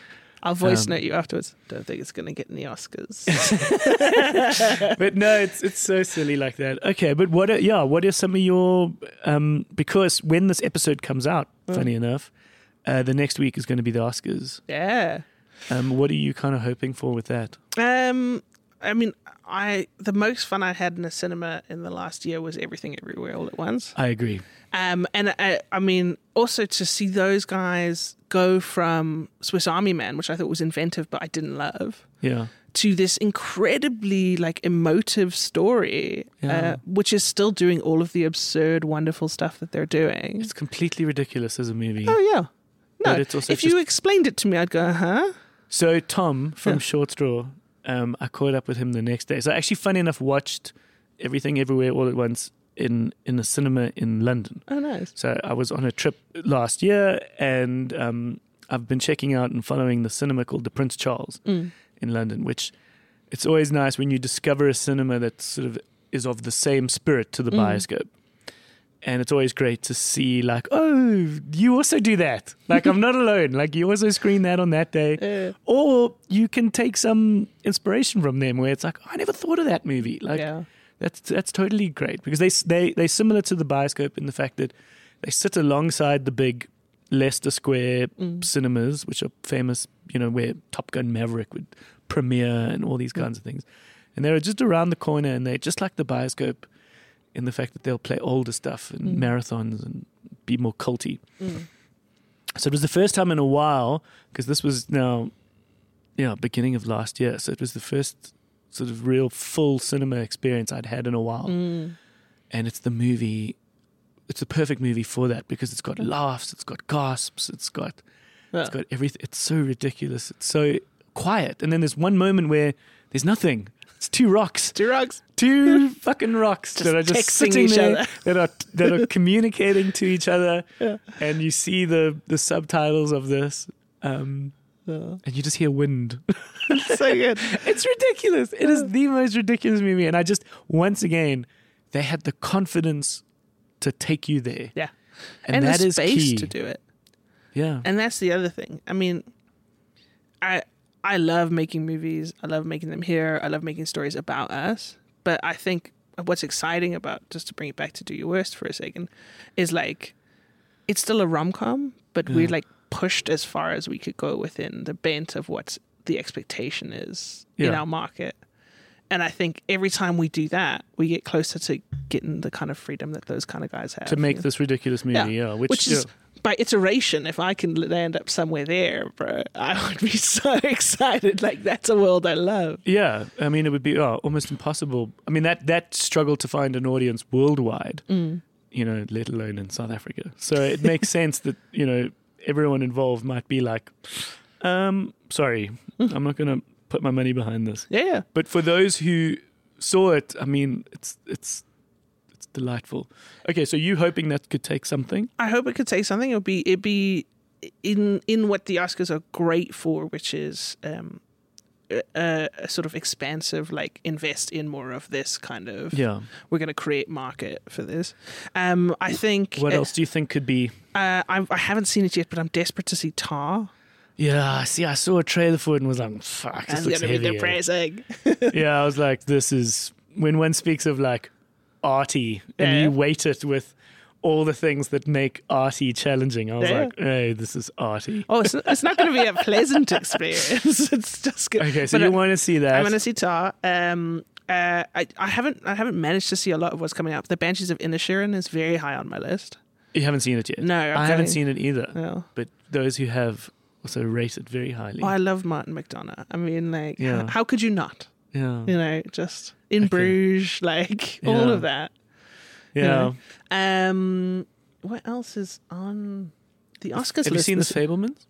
C: I'll voice
A: Um,
C: note you afterwards. Don't think it's going to get in the Oscars.
A: but no, it's it's so silly like that. Okay, but what are yeah, what are some of your um because when this episode comes out,
C: Hmm.
A: funny enough, uh, the next week is going to be the Oscars.
C: yeah.
A: Um, what are you kind of hoping for with that?
C: Um, I mean, I the most fun I had in the cinema in the last year was Everything Everywhere All at Once.
A: I agree.
C: Um, and I, I mean, also to see those guys go from Swiss Army Man, which I thought was inventive but I didn't love,
A: Yeah,
C: to this incredibly like emotive story,
A: Yeah.
C: uh, which is still doing all of the absurd, wonderful stuff that they're doing.
A: it's completely ridiculous as a movie.
C: oh yeah, no.
A: But it's also
C: if you explained it to me, I'd go, huh?
A: So Tom from
C: Yeah.
A: Short Straw, um, I caught up with him the next day. So I actually, funny enough, watched everything everywhere all at once in in a cinema in London.
C: Oh nice.
A: So I was on a trip last year, and um, I've been checking out and following the cinema called the Prince Charles
C: Mm.
A: in London, which it's always nice when you discover a cinema that sort of is of the same spirit to the
C: Mm.
A: bioscope. And it's always great to see, like, oh, you also do that. Like, I'm not alone. Like, you also screen that on that day.
C: Yeah.
A: Or you can take some inspiration from them where it's like, I never thought of that movie. Like,
C: yeah.
A: that's that's totally great because they they they're similar to the Bioscope in the fact that they sit alongside the big Leicester Square
C: Mm.
A: cinemas, which are famous, you know, where Top Gun Maverick would premiere and all these kinds of things. And they're just around the corner, and they're just like the Bioscope in the fact that they'll play older stuff and
C: Mm.
A: marathons and be more culty.
C: Mm.
A: So it was the first time in a while because this was now, yeah, beginning of last year. So it was the first sort of real full cinema experience I'd had in a while
C: Mm.
A: and it's the movie it's the perfect movie for that because it's got laughs it's got gasps it's got
C: Yeah.
A: it's got everything it's so ridiculous it's so quiet and then there's one moment where there's nothing it's two rocks
C: Two rugs.
A: two fucking rocks
C: Just
A: that are just
C: texting
A: sitting
C: each
A: there
C: other.
A: that are that are communicating to each other
C: Yeah.
A: and you see the the subtitles of this um
C: Yeah.
A: and you just hear wind
C: so good.
A: it's ridiculous. It is the most ridiculous movie. And I just, once again, they had the confidence to take you there.
C: Yeah.
A: And, that
C: the
A: is
C: space
A: key.
C: to do it.
A: Yeah.
C: And that's the other thing. I mean, I I love making movies. I love making them here. I love making stories about us. But I think what's exciting about just to bring it back to Do Your Worst for a second is like it's still a rom com, but we
A: Yeah.
C: like pushed as far as we could go within the bent of what the expectation is in
A: Yeah.
C: our market. And I think every time we do that, we get closer to getting the kind of freedom that those kind of guys have.
A: to make
C: you know?
A: this ridiculous movie. Yeah. which,
C: which is
A: yeah.
C: by iteration. If I can land up somewhere there, bro, I would be so excited. Like that's a world I love.
A: Yeah, I mean, it would be oh, almost impossible. I mean, that that struggle to find an audience worldwide, you know, let alone in South Africa. So it makes sense that you know everyone involved might be like, um, "Sorry,
C: Mm-hmm.
A: I'm not going to put my money behind this."
C: Yeah,
A: But for those who saw it, I mean, it's it's it's delightful. Okay, so you hoping that could take something?
C: I hope it could say something. It'd be it'd be in in what the Oscars are great for, which is um, a, a sort of expansive, like invest in more of this kind of.
A: Yeah.
C: We're going to create market for this. Um, I think.
A: What else do you think could be?
C: Uh, I, I haven't seen it yet, but I'm desperate to see Tar.
A: Yeah, see, I saw a trailer for it and was like, "Fuck, this
C: That's
A: looks
C: going to be
A: heavy."
C: depressing.
A: yeah, I was like, this is when one speaks of like arty and
C: Yeah.
A: you weight it with all the things that make arty challenging. I was
C: Yeah.
A: like, hey, this is arty.
C: Oh, it's, it's not going to be a pleasant experience. It's just going
A: Okay, so you want to see that?
C: I'm going to see Tar. Um, uh, I, I haven't I haven't managed to see a lot of what's coming up. The Banshees of Inisherin is very high on my list.
A: you haven't seen it yet.
C: No, I'm
A: I haven't
C: going-
A: seen it either.
C: No.
A: But those who have also rate it very highly.
C: Oh, I love Martin McDonough. I mean, like,
A: Yeah.
C: h- how could you not?
A: yeah,
C: You know, just in
A: Okay.
C: Bruges, like all
A: Yeah.
C: of that.
A: yeah.
C: know. Um, what else is on? The Oscars
A: Have you
C: list
A: seen The
C: this-
A: Fablemans?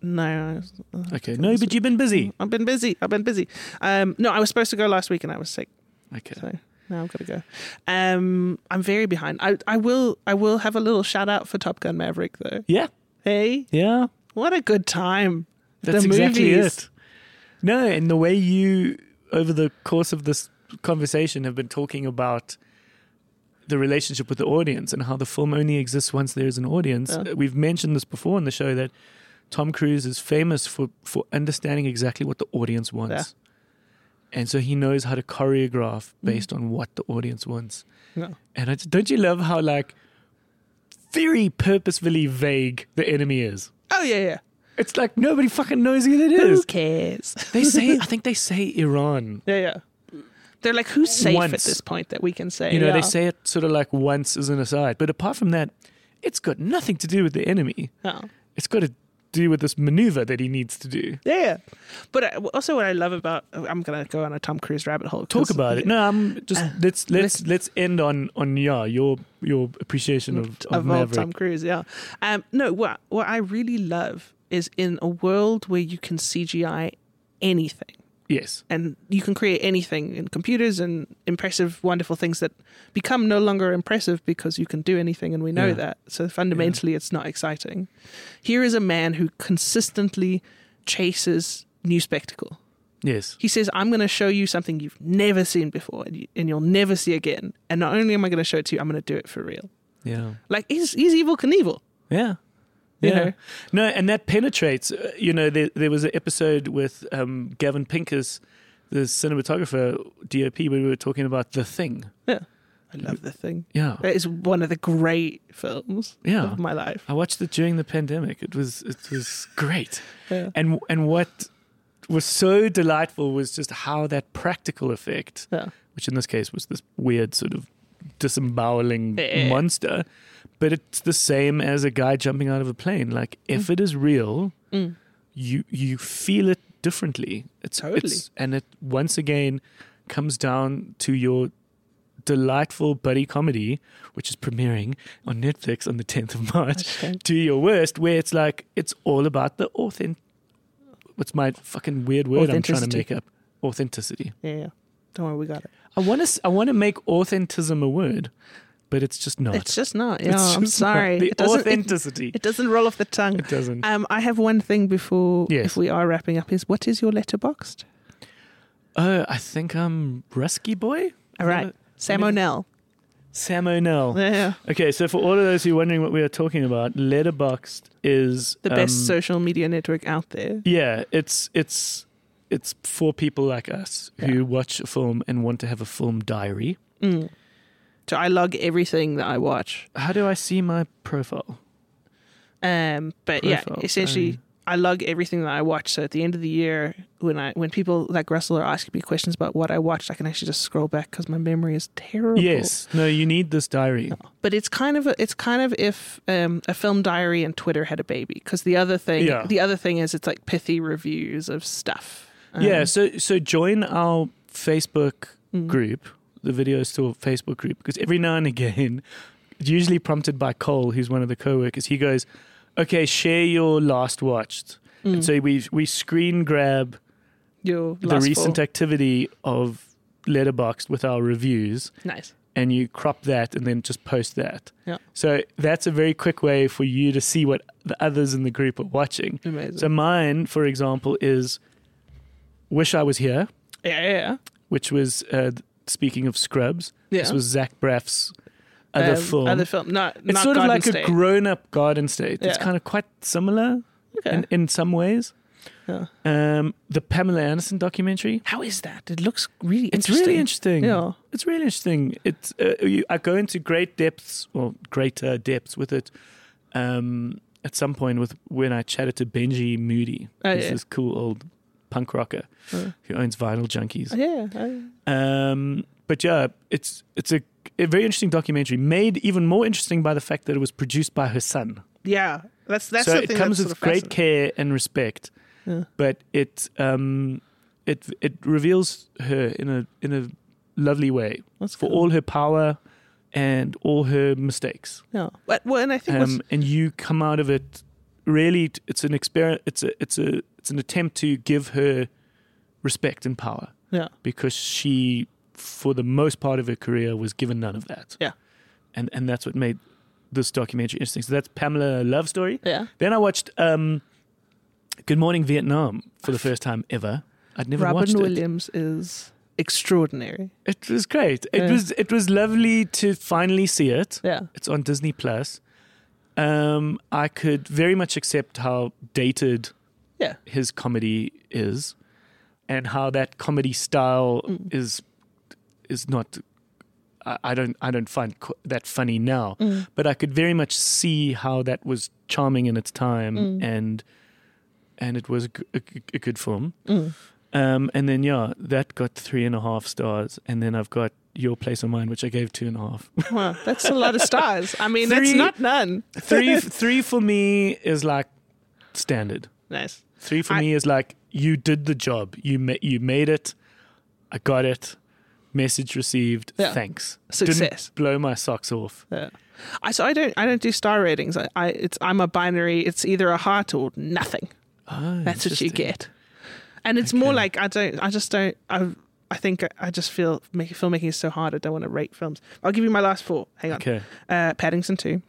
C: No, I-
A: Okay. No, but you've been busy.
C: I've been busy. I've been busy. Um, no, I was supposed to go last week and I was sick.
A: Okay.
C: So now I've got to go. Um, I'm very behind. I, I will I will have a little shout out for Top Gun Maverick though.
A: Yeah.
C: Hey,
A: Yeah.
C: what a good time!
A: That's
C: the
A: exactly
C: movies.
A: it. No, and the way you, over the course of this conversation, have been talking about the relationship with the audience and how the film only exists once there is an audience.
C: Yeah.
A: Uh, We've mentioned this before on the show that Tom Cruise is famous for, for understanding exactly what the audience wants. And so he knows how to choreograph based on what the audience wants.
C: No.
A: And I just, don't you love how, like, very purposefully vague the enemy is?
C: Oh yeah, yeah.
A: It's like nobody fucking knows who that is.
C: Who cares?
A: They say, I think they say Iran.
C: yeah, yeah. They're like, who's safe at
A: Once.
C: this point that we can say?
A: You know,
C: yeah.
A: they say it sort of like once as an aside. But apart from that, it's got nothing to do with the enemy.
C: Oh.
A: It's got to do with this maneuver that he needs to do.
C: Yeah, yeah. But I- also, what I love about oh, I'm gonna go on a Tom Cruise rabbit hole.
A: Talk
C: 'cause-
A: about it. No, I'm just let's let's
C: let's-
A: let's end on on yeah your your appreciation of of,
C: of old
A: Maverick.
C: Tom Cruise. Yeah. Um, no, what what I really love is in a world where you can CGI anything
A: Yes,
C: and you can create anything in computers and impressive, wonderful things that become no longer impressive because you can do anything, and we know
A: Yeah.
C: that. So fundamentally, it's not exciting. Here is a man who consistently chases new spectacle.
A: yes,
C: He says, I'm going to show you something you've never seen before and, you, and you'll never see again. And not only am I going to show it to you, I'm going to do it for real.
A: yeah,
C: Like, he's, he's evil Knievel.
A: yeah.
C: You
A: Yeah.
C: know?
A: No, and that penetrates. uh, You know, there, there was an episode with um, Gavin Pincus, the cinematographer, DOP, where we were talking about The Thing.
C: Yeah. I love the thing.
A: Yeah.
C: That is one of the great films
A: Yeah.
C: of my life.
A: I watched it during the pandemic. It was it was great.
C: Yeah.
A: And and what was so delightful was just how that practical effect,
C: Yeah.
A: which in this case was this weird sort of disemboweling
C: Yeah.
A: monster, but it's the same as a guy jumping out of a plane. Like if it is real,
C: Mm.
A: you you feel it differently. It's,
C: Totally.
A: it's and it once again comes down to your delightful buddy comedy, which is premiering on Netflix on the 10th of March,
C: Okay.
A: to your worst, where it's like it's all about the authentic. What's my fucking weird word I'm trying to
C: Authenticity.
A: make up? Authenticity.
C: Yeah. yeah. Don't worry, we got it.
A: I want to. I want to make authenticism a word, but it's just not.
C: It's just not. Yeah,
A: It's just
C: I'm
A: not.
C: sorry.
A: The
C: it doesn't. It,
A: authenticity. It,
C: it doesn't roll off the tongue.
A: doesn't.
C: Um, I have one thing before
A: Yes.
C: if we are wrapping up is what is your letterboxed?
A: oh, I think I'm Rusky Boy.
C: All right, Sam
A: I mean-
C: O'Neill.
A: Sam O'Neill.
C: Yeah, yeah.
A: Okay, so for all of those who are wondering what we are talking about, Letterboxd is
C: the best
A: um,
C: social media network out there.
A: Yeah, it's it's it's for people like us who watch a film and want to have a film diary.
C: Mm. So I log everything that I watch.
A: How do I see my profile?
C: Um, but
A: Profile,
C: yeah, essentially,
A: um,
C: I log everything that I watch. So at the end of the year, when I when people like Russell are asking me questions about what I watched, I can actually just scroll back because my memory is terrible.
A: Yes. No, you need this diary.
C: but it's kind of a, it's kind of if um, a film diary and Twitter had a baby because the other thing
A: Yeah.
C: the other thing is it's like pithy reviews of stuff. Um,
A: yeah, so so join our Facebook
C: Mm.
A: group, the video store Facebook group, because every now and again, usually prompted by Cole, who's one of the co-workers, he goes, Okay, share your last watched.
C: Hmm.
A: And so we we screen grab
C: mm. your
A: the
C: last
A: recent
C: four.
A: activity of Letterboxd with our reviews
C: nice.
A: and you crop that and then just post that.
C: Yeah.
A: So that's a very quick way for you to see what the others in the group are watching.
C: Amazing.
A: So mine, for example, is Wish I Was Here,
C: yeah, yeah, yeah.
A: which was uh, speaking of Scrubs.
C: Yeah.
A: This was Zach Braff's other
C: Um,
A: film.
C: Other film. Not,
A: it's
C: not
A: sort
C: Garden
A: of like
C: State.
A: a grown-up Garden State. It's
C: Yeah.
A: kind of quite similar
C: Okay.
A: in, in some ways.
C: Yeah.
A: Um, the Pamela Anderson documentary.
C: How is that? It looks really
A: It's
C: interesting.
A: really interesting.
C: Yeah.
A: It's really interesting. It's uh, you, I go into great depths or greater depths with it um, at some point with when I chatted to Benji Moody,
C: Oh,
A: who's
C: yeah.
A: this cool old punk rocker
C: Oh.
A: who owns Vinyl Junkies.
C: Yeah. I-
A: Um, but yeah, it's it's a, a very interesting documentary, made even more interesting by the fact that it was produced by her son.
C: yeah. That's that's
A: so
C: the
A: it
C: thing
A: comes
C: that's
A: with
C: sort of
A: great care and respect,
C: Yeah.
A: but it um, it it reveals her in a in a lovely way
C: That's
A: for
C: cool.
A: all her power and all her mistakes.
C: Yeah. But, well, and I think what's
A: Um, and you come out of it really t- it's an experiment. It's a it's a it's an attempt to give her respect and power
C: Yeah.
A: because she, for the most part of her career, was given none of that.
C: Yeah.
A: and and that's what made this documentary interesting. So that's Pamela Love Story.
C: Yeah.
A: Then I watched um, Good Morning Vietnam for the first time ever. I'd never watched
C: Robin
A: it.
C: Williams is extraordinary.
A: It was great. It
C: Yeah.
A: was it was lovely to finally see it.
C: Yeah.
A: It's on Disney Plus. Um, I could very much accept how dated
C: Yeah.
A: his comedy is, and how that comedy style
C: Mm.
A: is is not. I, I don't I don't find qu- that funny now,
C: Mm.
A: but I could very much see how that was charming in its time,
C: Mm.
A: and and it was a, g- a g- a good film.
C: Mm.
A: Um, and then yeah, that got three and a half stars, and then I've got Your Place on Mine, which I gave two and a half.
C: Wow, that's a lot of stars. I mean,
A: Three-
C: that's not none.
A: three, three for me is like standard.
C: Nice.
A: Three for
C: I-
A: me is like you did the job. You ma- you made it. I got it. Message received.
C: Yeah.
A: Thanks.
C: Success.
A: Didn't blow my socks off.
C: Yeah. I so I don't I don't do star ratings. I, I it's I'm a binary. It's either a heart or nothing.
A: Oh,
C: That's what
A: interesting.
C: you get. And it's more
A: Okay.
C: like I don't. I just don't. I I think I- I just feel make, filmmaking is so hard. I don't want to rate films. I'll give you my last four. Hang on.
A: Okay.
C: Uh, Paddington Two,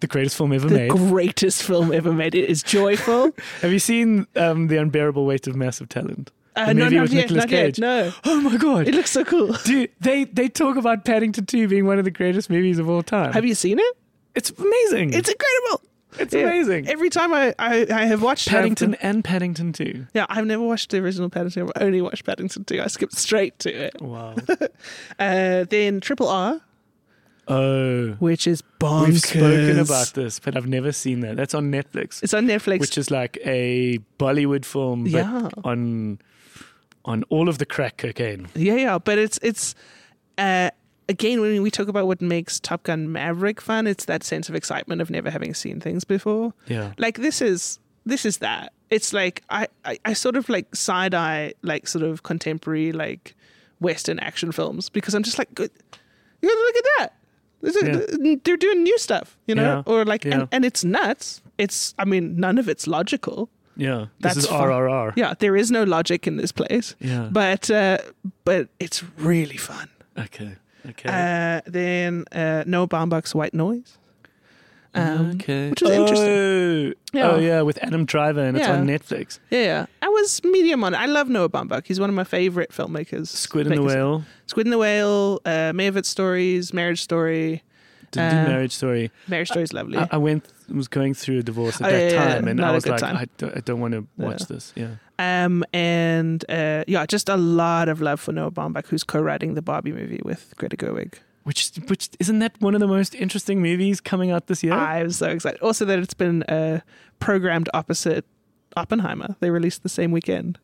A: The greatest film ever
C: the
A: made.
C: greatest film ever made. It is joyful.
A: Have you seen um, The Unbearable Weight of Massive Talent?
C: Uh,
A: The
C: no,
A: movie
C: not
A: with
C: yet,
A: Nicolas
C: not yet,
A: Cage.
C: No,
A: Oh my god.
C: it looks so cool.
A: Dude, they they talk about Paddington 2 being one of the greatest movies of all time.
C: Have you seen it?
A: it's amazing.
C: It's incredible.
A: it's
C: Yeah.
A: amazing.
C: Every time I, I, I have watched um, it, I've-
A: Paddington and Paddington 2.
C: Yeah, I've never watched the original Paddington. I've only watched Paddington 2. I skipped straight to it.
A: Wow.
C: Uh, then Triple R,
A: oh.
C: which is bonkers.
A: We've spoken about this, but I've never seen that. That's on Netflix,
C: It's on Netflix.
A: which is like a Bollywood film, but
C: Yeah.
A: on on all of the crack cocaine.
C: yeah, yeah, but it's it's uh, again when we talk about what makes Top Gun Maverick fun, it's that sense of excitement of never having seen things before.
A: Yeah.
C: like this is this is that it's like i i, I sort of like side eye like sort of contemporary like western action films because i'm just like good you gotta look at that This is- they're doing new stuff you know
A: Yeah.
C: or like
A: Yeah.
C: and, and it's nuts it's i mean none of it's logical
A: Yeah.
C: That's
A: this is
C: fun.
A: RRR.
C: yeah there is no logic in this place
A: Yeah.
C: but uh but it's really fun
A: Okay. Okay.
C: uh then uh no bombox white noise
A: okay.
C: um, which was interesting.
A: Oh.
C: Yeah.
A: Oh, yeah, with Adam Driver, and it's
C: Yeah.
A: on Netflix.
C: Yeah, yeah. I was medium on it. I love Noah Baumbach. He's one of my favorite filmmakers.
A: Squid and the
C: Makers.
A: Whale.
C: Squid and the Whale, uh, Mavet Stories, Marriage Story.
A: Didn't do
C: Uh,
A: Marriage Story.
C: Marriage Story is lovely.
A: I, I went, was going through a divorce at
C: Oh,
A: that
C: yeah, yeah,
A: time, and
C: not
A: I
C: a
A: was
C: good
A: like,
C: time.
A: I don't, I don't want to watch
C: Yeah.
A: this. Yeah.
C: um, and uh, yeah, just a lot of love for Noah Baumbach, who's co-writing the Barbie movie with Greta Gerwig.
A: Which, which isn't that one of the most interesting movies coming out this year?
C: I'm so excited. Also, that it's been uh, programmed opposite Oppenheimer. They released the same weekend,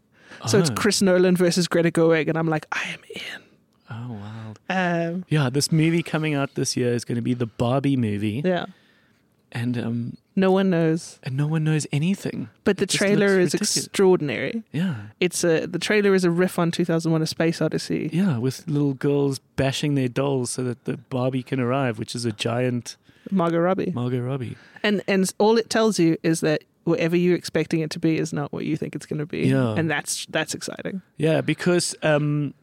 C: so it's
A: Oh.
C: Chris Nolan versus Greta Gerwig, and I'm like, I am in.
A: Oh wow!
C: Um,
A: Yeah, this movie coming out this year is going to be the Barbie movie,
C: yeah,
A: and um,
C: no one knows,
A: and no one knows anything.
C: but the
A: It just
C: trailer is
A: looks ridiculous.
C: extraordinary.
A: yeah,
C: it's a the trailer is a riff on 2001 a space odyssey
A: yeah, with little girls bashing their dolls so that the Barbie can arrive, which is a giant
C: margot robbie
A: Margot Robbie.
C: and and all it tells you is that whatever you're expecting it to be is not what you think it's going to be
A: Yeah.
C: and that's that's exciting
A: Yeah, because um,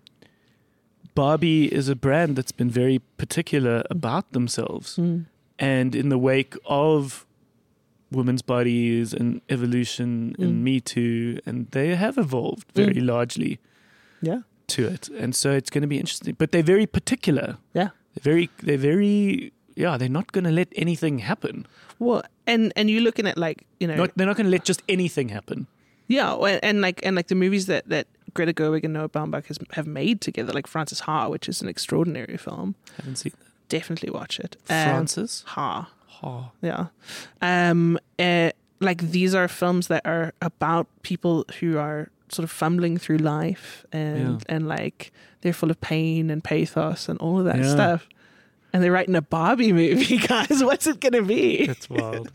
A: Barbie is a brand that's been very particular about themselves, and in the wake of women's bodies and evolution
C: Mm.
A: and Me Too, and they have evolved very largely.
C: yeah
A: to it, and so it's going to be interesting. But they're very particular.
C: yeah
A: They're very, they're very, yeah. They're not going to let anything happen.
C: well and and you're looking at like you know
A: Not, they're not going to let just anything happen.
C: yeah and, and like and like the movies that that greta gerwig and noah baumbach has, have made together like francis ha which is an extraordinary film
A: Haven't seen that.
C: definitely watch it
A: Francis?
C: ha
A: Oh,
C: Yeah. Um uh, like these are films that are about people who are sort of fumbling through life and and like they're full of pain and pathos and all of that
A: Yeah.
C: stuff. And they're writing a Barbie movie, guys. What's it gonna be?
A: that's wild.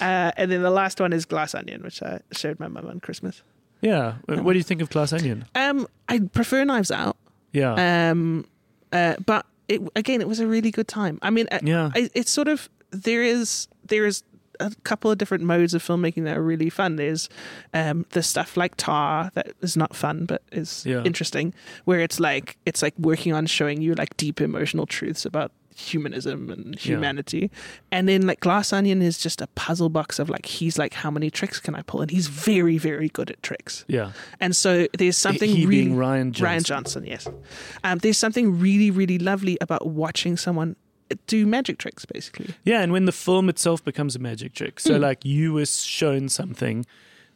C: Uh, and then the last one is Glass Onion, which I showed my mum on Christmas.
A: yeah. Wh- What do you think of Glass Onion?
C: Um, I prefer Knives Out.
A: Yeah.
C: Um, uh, but it, again, it was a really good time. I mean, uh, I,
A: Yeah.
C: I, it's sort of there is there is a couple of different modes of filmmaking that are really fun. There's um, the stuff like Tar that is not fun but is
A: Yeah.
C: interesting, where it's like it's like working on showing you like deep emotional truths about humanism and humanity. And then like Glass Onion is just a puzzle box of like he's like how many tricks can I pull, and he's very very good at tricks.
A: Yeah.
C: And so there's something
A: he
C: really
A: being Ryan Johnson.
C: Ryan Johnson, yes. Um, there's something really really lovely about watching someone do magic tricks basically.
A: Yeah, and when the film itself becomes a magic trick.
C: Hmm.
A: So like you were shown something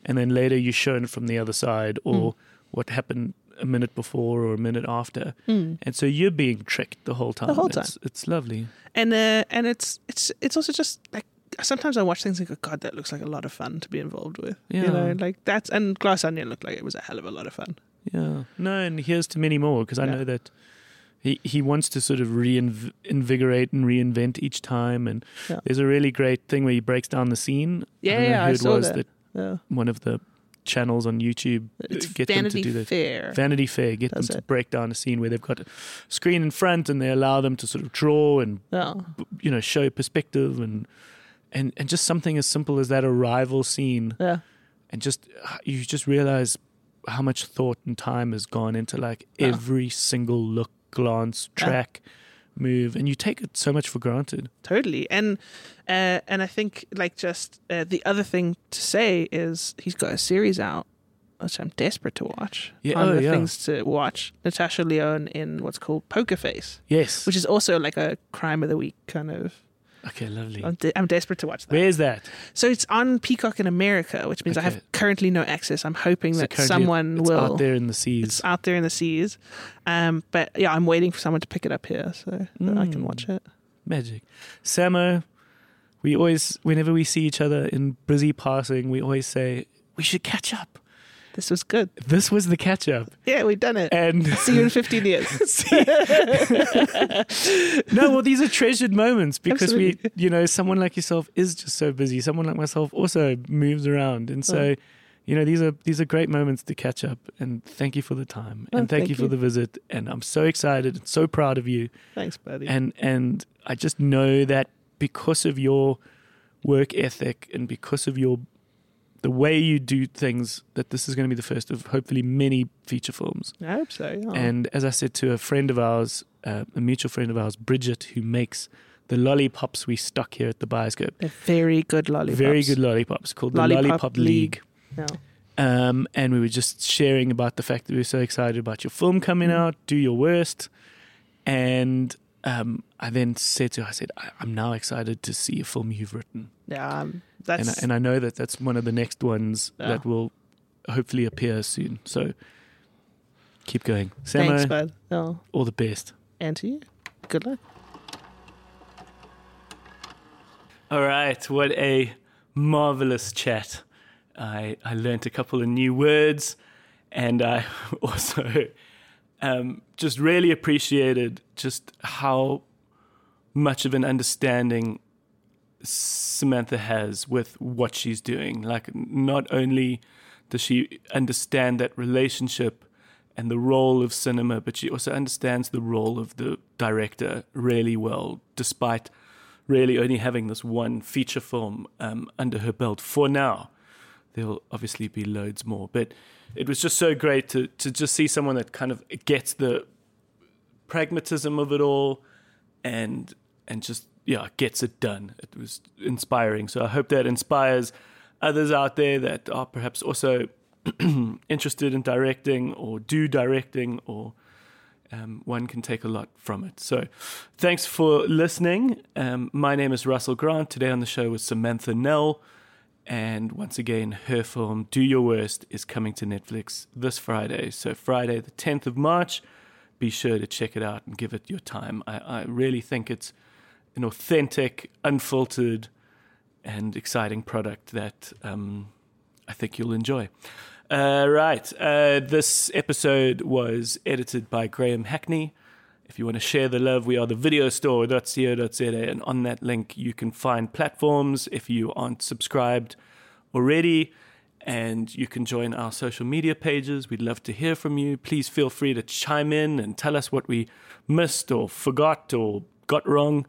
A: and then later you're shown from the other side or
C: Hmm.
A: what happened a minute before or a minute after.
C: Hmm.
A: And so you're being tricked the whole time.
C: whole
A: It's, it's lovely.
C: and uh, and it's it's it's also just like sometimes I watch things and go, God, that looks like a lot of fun to be involved with.
A: Yeah.
C: You know, like that's and Glass Onion looked like it was a hell of a lot of fun.
A: Yeah. No, and here's to many more because I
C: Yeah.
A: know that he he wants to sort of reinvigorate and reinvent each time. And
C: Yeah.
A: there's a really great thing where he breaks down the scene.
C: Yeah,
A: don't know
C: yeah,
A: who
C: I
A: it
C: saw
A: was
C: that. Yeah.
A: one of the channels on YouTube uh,
C: It's
A: get them
C: Vanity
A: to do that.
C: Fair.
A: Vanity Fair get
C: That's
A: them to
C: it.
A: break down a scene where they've got a screen in front and they allow them to sort of draw and
C: yeah.
A: you know show perspective and and and just something as simple as that arrival scene
C: Yeah.
A: and just uh, you just realize how much thought and time has gone into like
C: Yeah.
A: every single look, glance,
C: Yeah.
A: track, move, and you take it so much for granted.
C: Totally. And uh, and I think like just uh, the other thing to say is he's got a series out which I'm desperate to watch.
A: Yeah,
C: on
A: oh,
C: the
A: yeah.
C: things to watch. Natasha Leone in what's called Poker Face,
A: Yes.
C: which is also like a crime of the week kind of.
A: okay, lovely.
C: I'm, de- I'm desperate to watch that.
A: Where's that?
C: So it's on Peacock in America, which means I
A: Okay.
C: have currently no access. I'm hoping
A: So
C: that
A: currently
C: someone
A: it's
C: will.
A: out there in the seas.
C: It's out there in the seas. Um, but yeah, I'm waiting for someone to pick it up here so that I can
A: Mm.
C: watch it.
A: Magic. Samo, we always, whenever we see each other in busy passing, we always say, we should catch up.
C: This was good.
A: This was the catch up.
C: Yeah, we've done it.
A: And
C: See you in 15 years.
A: see, no, well, these are treasured moments because
C: Absolutely.
A: we, you know, someone like yourself is just so busy. Someone like myself also moves around. And so,
C: Oh.
A: you know, these are, these are great moments to catch up. And thank you for the time.
C: Oh,
A: and thank,
C: thank
A: you for
C: you.
A: the visit. And I'm so excited and so proud of you.
C: Thanks, buddy.
A: and and I just know that because of your work ethic and because of your the way you do things that this is going to be the first of hopefully many feature films
C: I hope so. yeah.
A: and as I said to a friend of ours uh, a mutual friend of ours Bridget who makes the lollipops we stuck here at the bioscope
C: They're very good lollipops.
A: very good lollipops called
C: Lollipop
A: the Lollipop League,
C: League. Yeah.
A: Um, and we were just sharing about the fact that we were so excited about your film
C: Mm.
A: coming out, Do Your Worst. And um, I then said to her, I said, I, I'm now excited to see a film you've written.
C: Yeah, um,
A: And I,
C: that's
A: and I know that that's one of the next ones
C: Yeah.
A: that will hopefully appear soon. So keep going.
C: thanks,
A: Samo,
C: bud. Oh,
A: all the best.
C: and to you. Good luck.
D: All right, what a marvelous chat. I, I learnt a couple of new words, and I also um, just really appreciated just how much of an understanding Samantha has with what she's doing. Like, not only does she understand that relationship and the role of cinema, but she also understands the role of the director really well, despite really only having this one feature film um, under her belt for now. There will obviously be loads more, but it was just so great to to just see someone that kind of gets the pragmatism of it all, and and just yeah gets it done. It was inspiring. So I hope that inspires others out there that are perhaps also interested in directing or do directing or um, one can take a lot from it. So, thanks for listening. Um, my name is Russell Grant. Today on the show was Samantha Nell. And once again, her film Do Your Worst is coming to Netflix this Friday. So, Friday, the 10th of March, be sure to check it out and give it your time. I, I really think it's an authentic, unfiltered, and exciting product that um, I think you'll enjoy. Uh, right. Uh, this episode was edited by Graham Hackney. If you want to share the love, we are the videostore.co.za, and on that link, you can find platforms if you aren't subscribed already. And you can join our social media pages. We'd love to hear from you. Please feel free to chime in and tell us what we missed or forgot or got wrong.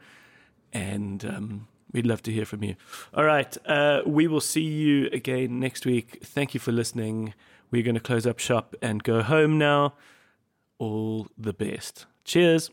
D: And um,
A: We'd love to hear from you. All right. Uh, we will see you again next week. Thank you for listening. We're going to close up shop and go home now. All the best. Cheers.